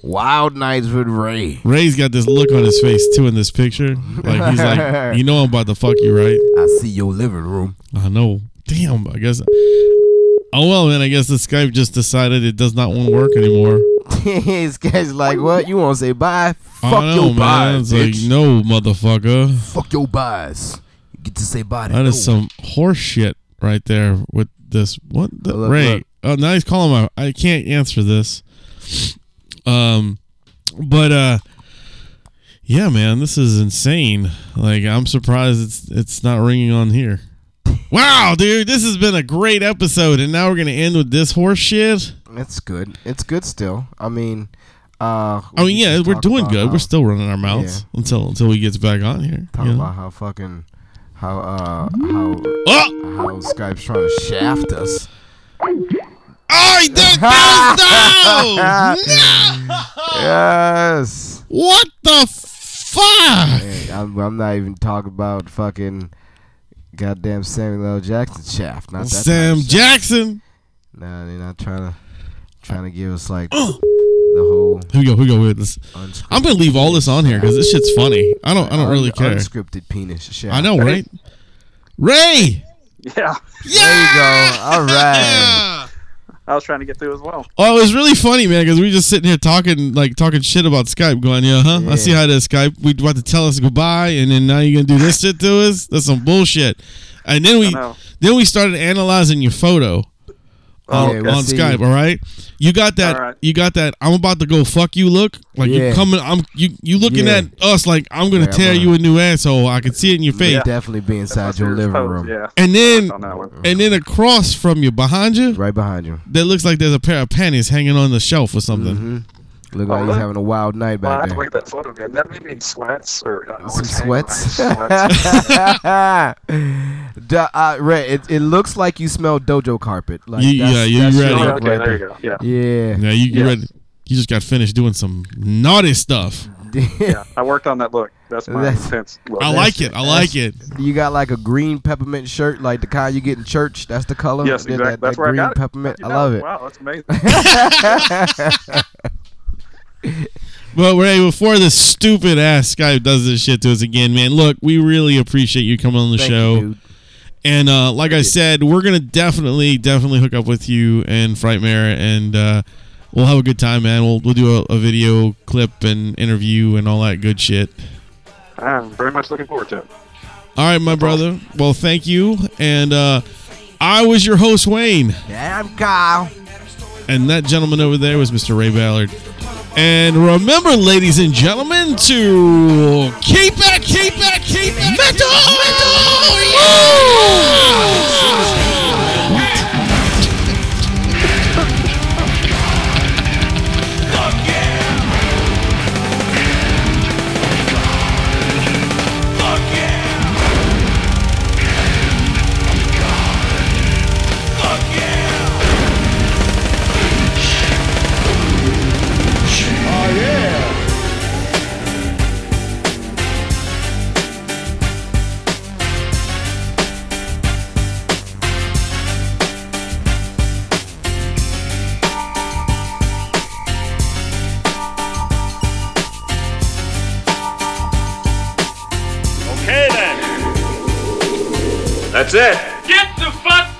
S2: Wild nights with Ray.
S1: Ray's got this look on his face too in this picture. Like he's like, you know, I'm about to fuck you, right?
S2: I see your living room.
S1: I know. Damn. I guess. Oh well, man. I guess the Skype just decided it does not want to work anymore.
S2: His guy's like, what? You want to say bye? Fuck
S1: I know,
S2: your bye,
S1: It's
S2: bitch.
S1: like, no, motherfucker.
S2: Fuck your buys. You get to say bye to
S1: That
S2: no
S1: is some horse shit right there with this. What the
S2: Look,
S1: Ray?
S2: look.
S1: Oh, now he's calling my. I can't answer this. Um, but uh, yeah, man, this is insane. Like, I'm surprised it's it's not ringing on here. Wow, dude, this has been a great episode, and now we're gonna end with this horse shit.
S2: one. It's good. It's good still. I mean, uh,
S1: I mean,
S2: we
S1: yeah,
S2: just
S1: we're
S2: talked
S1: doing
S2: about
S1: good.
S2: how-
S1: We're still running our mouths until until he gets back on here.
S2: talk
S1: you know?
S2: about how fucking how uh how
S1: Oh!
S2: how Skype's trying to shaft us.
S1: I did this! No! No!
S2: Yes.
S1: What the fuck?
S2: Hey, I'm, I'm not even talking about fucking goddamn Samuel L. Jackson shaft. Not that type
S1: Sam
S2: of shaft.
S1: Jackson.
S2: Nah, they're not trying to trying to give us like the whole.
S1: Here we go. Here we go. With this.
S2: Unscripted
S1: I'm gonna leave all this on here because this shit's funny. I don't. I don't really
S2: un-
S1: care.
S2: Unscripted penis shaft.
S1: I know, right? Ray.
S3: Yeah,
S2: There you go. All
S1: Yeah.
S2: right.
S3: I was trying to get through as well.
S1: Oh, it was really funny, man, because we were just sitting here talking, like talking shit about Skype. Going, yeah, huh? I see
S2: Yeah.
S1: how to Skype. We about to tell us goodbye, and then now you're gonna do this shit to us. That's some bullshit. And then we,
S3: know.
S1: then we started analyzing your photo.
S2: Oh,
S1: on,
S2: yeah, we'll
S1: on
S2: see.
S1: Skype. All right, you got that.
S3: All right.
S1: You got that. I'm about to go fuck you. Look like you
S2: Yeah.
S1: coming. I'm you. You looking
S2: Yeah.
S1: at us like I'm gonna
S2: Yeah, I'm
S1: tear
S2: gonna-
S1: you a new asshole. I can see it in your face.
S3: Yeah.
S2: Definitely be inside your living room.
S3: Yeah,
S1: And then
S3: on that one.
S1: and then across from you, behind you,
S2: Right behind you.
S1: that looks like there's a pair of panties hanging on the shelf or something.
S2: Mm-hmm. Look like
S3: Oh.
S2: he's having a wild night
S5: Well, I
S2: back
S5: have to look at that photo again. That made me in sweats or uh,
S2: Some
S5: what's hanging on?
S2: sweats?
S5: sweats.
S2: there. Duh, uh, Ray, it, it looks like you smell dojo carpet. Like,
S1: You-
S2: that's-
S1: yeah, you
S2: that's
S1: ready.
S2: your
S5: oh,
S2: look
S5: okay,
S2: right
S5: there you go. Yeah.
S2: there. Yeah.
S1: Yeah, you you
S5: Yeah.
S1: ready? You just got finished doing some naughty stuff.
S3: Yeah, I worked on that look. That's my
S2: That's-
S3: intense look.
S1: I
S2: that's-
S1: like it. I like it.
S2: you got like a green peppermint shirt, like the kind you get in church. That's the color.
S3: Yes,
S2: That-
S3: exactly.
S2: That,
S3: That's
S2: that
S3: where I
S2: green
S3: got it.
S2: peppermint.
S3: You
S2: I
S3: know,
S2: love it.
S3: Wow, that's amazing.
S1: But Ray, before this stupid ass Skype does this shit to us again, man. Look, we really appreciate you coming on the
S2: Thank
S1: show.
S2: you, dude.
S1: And uh, like I said, we're gonna definitely, definitely hook up with you and Frightmare, and uh, we'll have a good time, man. We'll we'll do a, a video clip and interview and all that good shit.
S3: I'm very much looking forward to it.
S1: All right, my brother. Well, thank you, and uh, I was your host Wayne,
S2: Yeah, I'm Kyle.
S1: and that gentleman over there was Mr. Ray Ballard. And remember, ladies and gentlemen, to keep it, keep it, keep it metal. Woo!
S6: Okay then. That's it. Get the fuck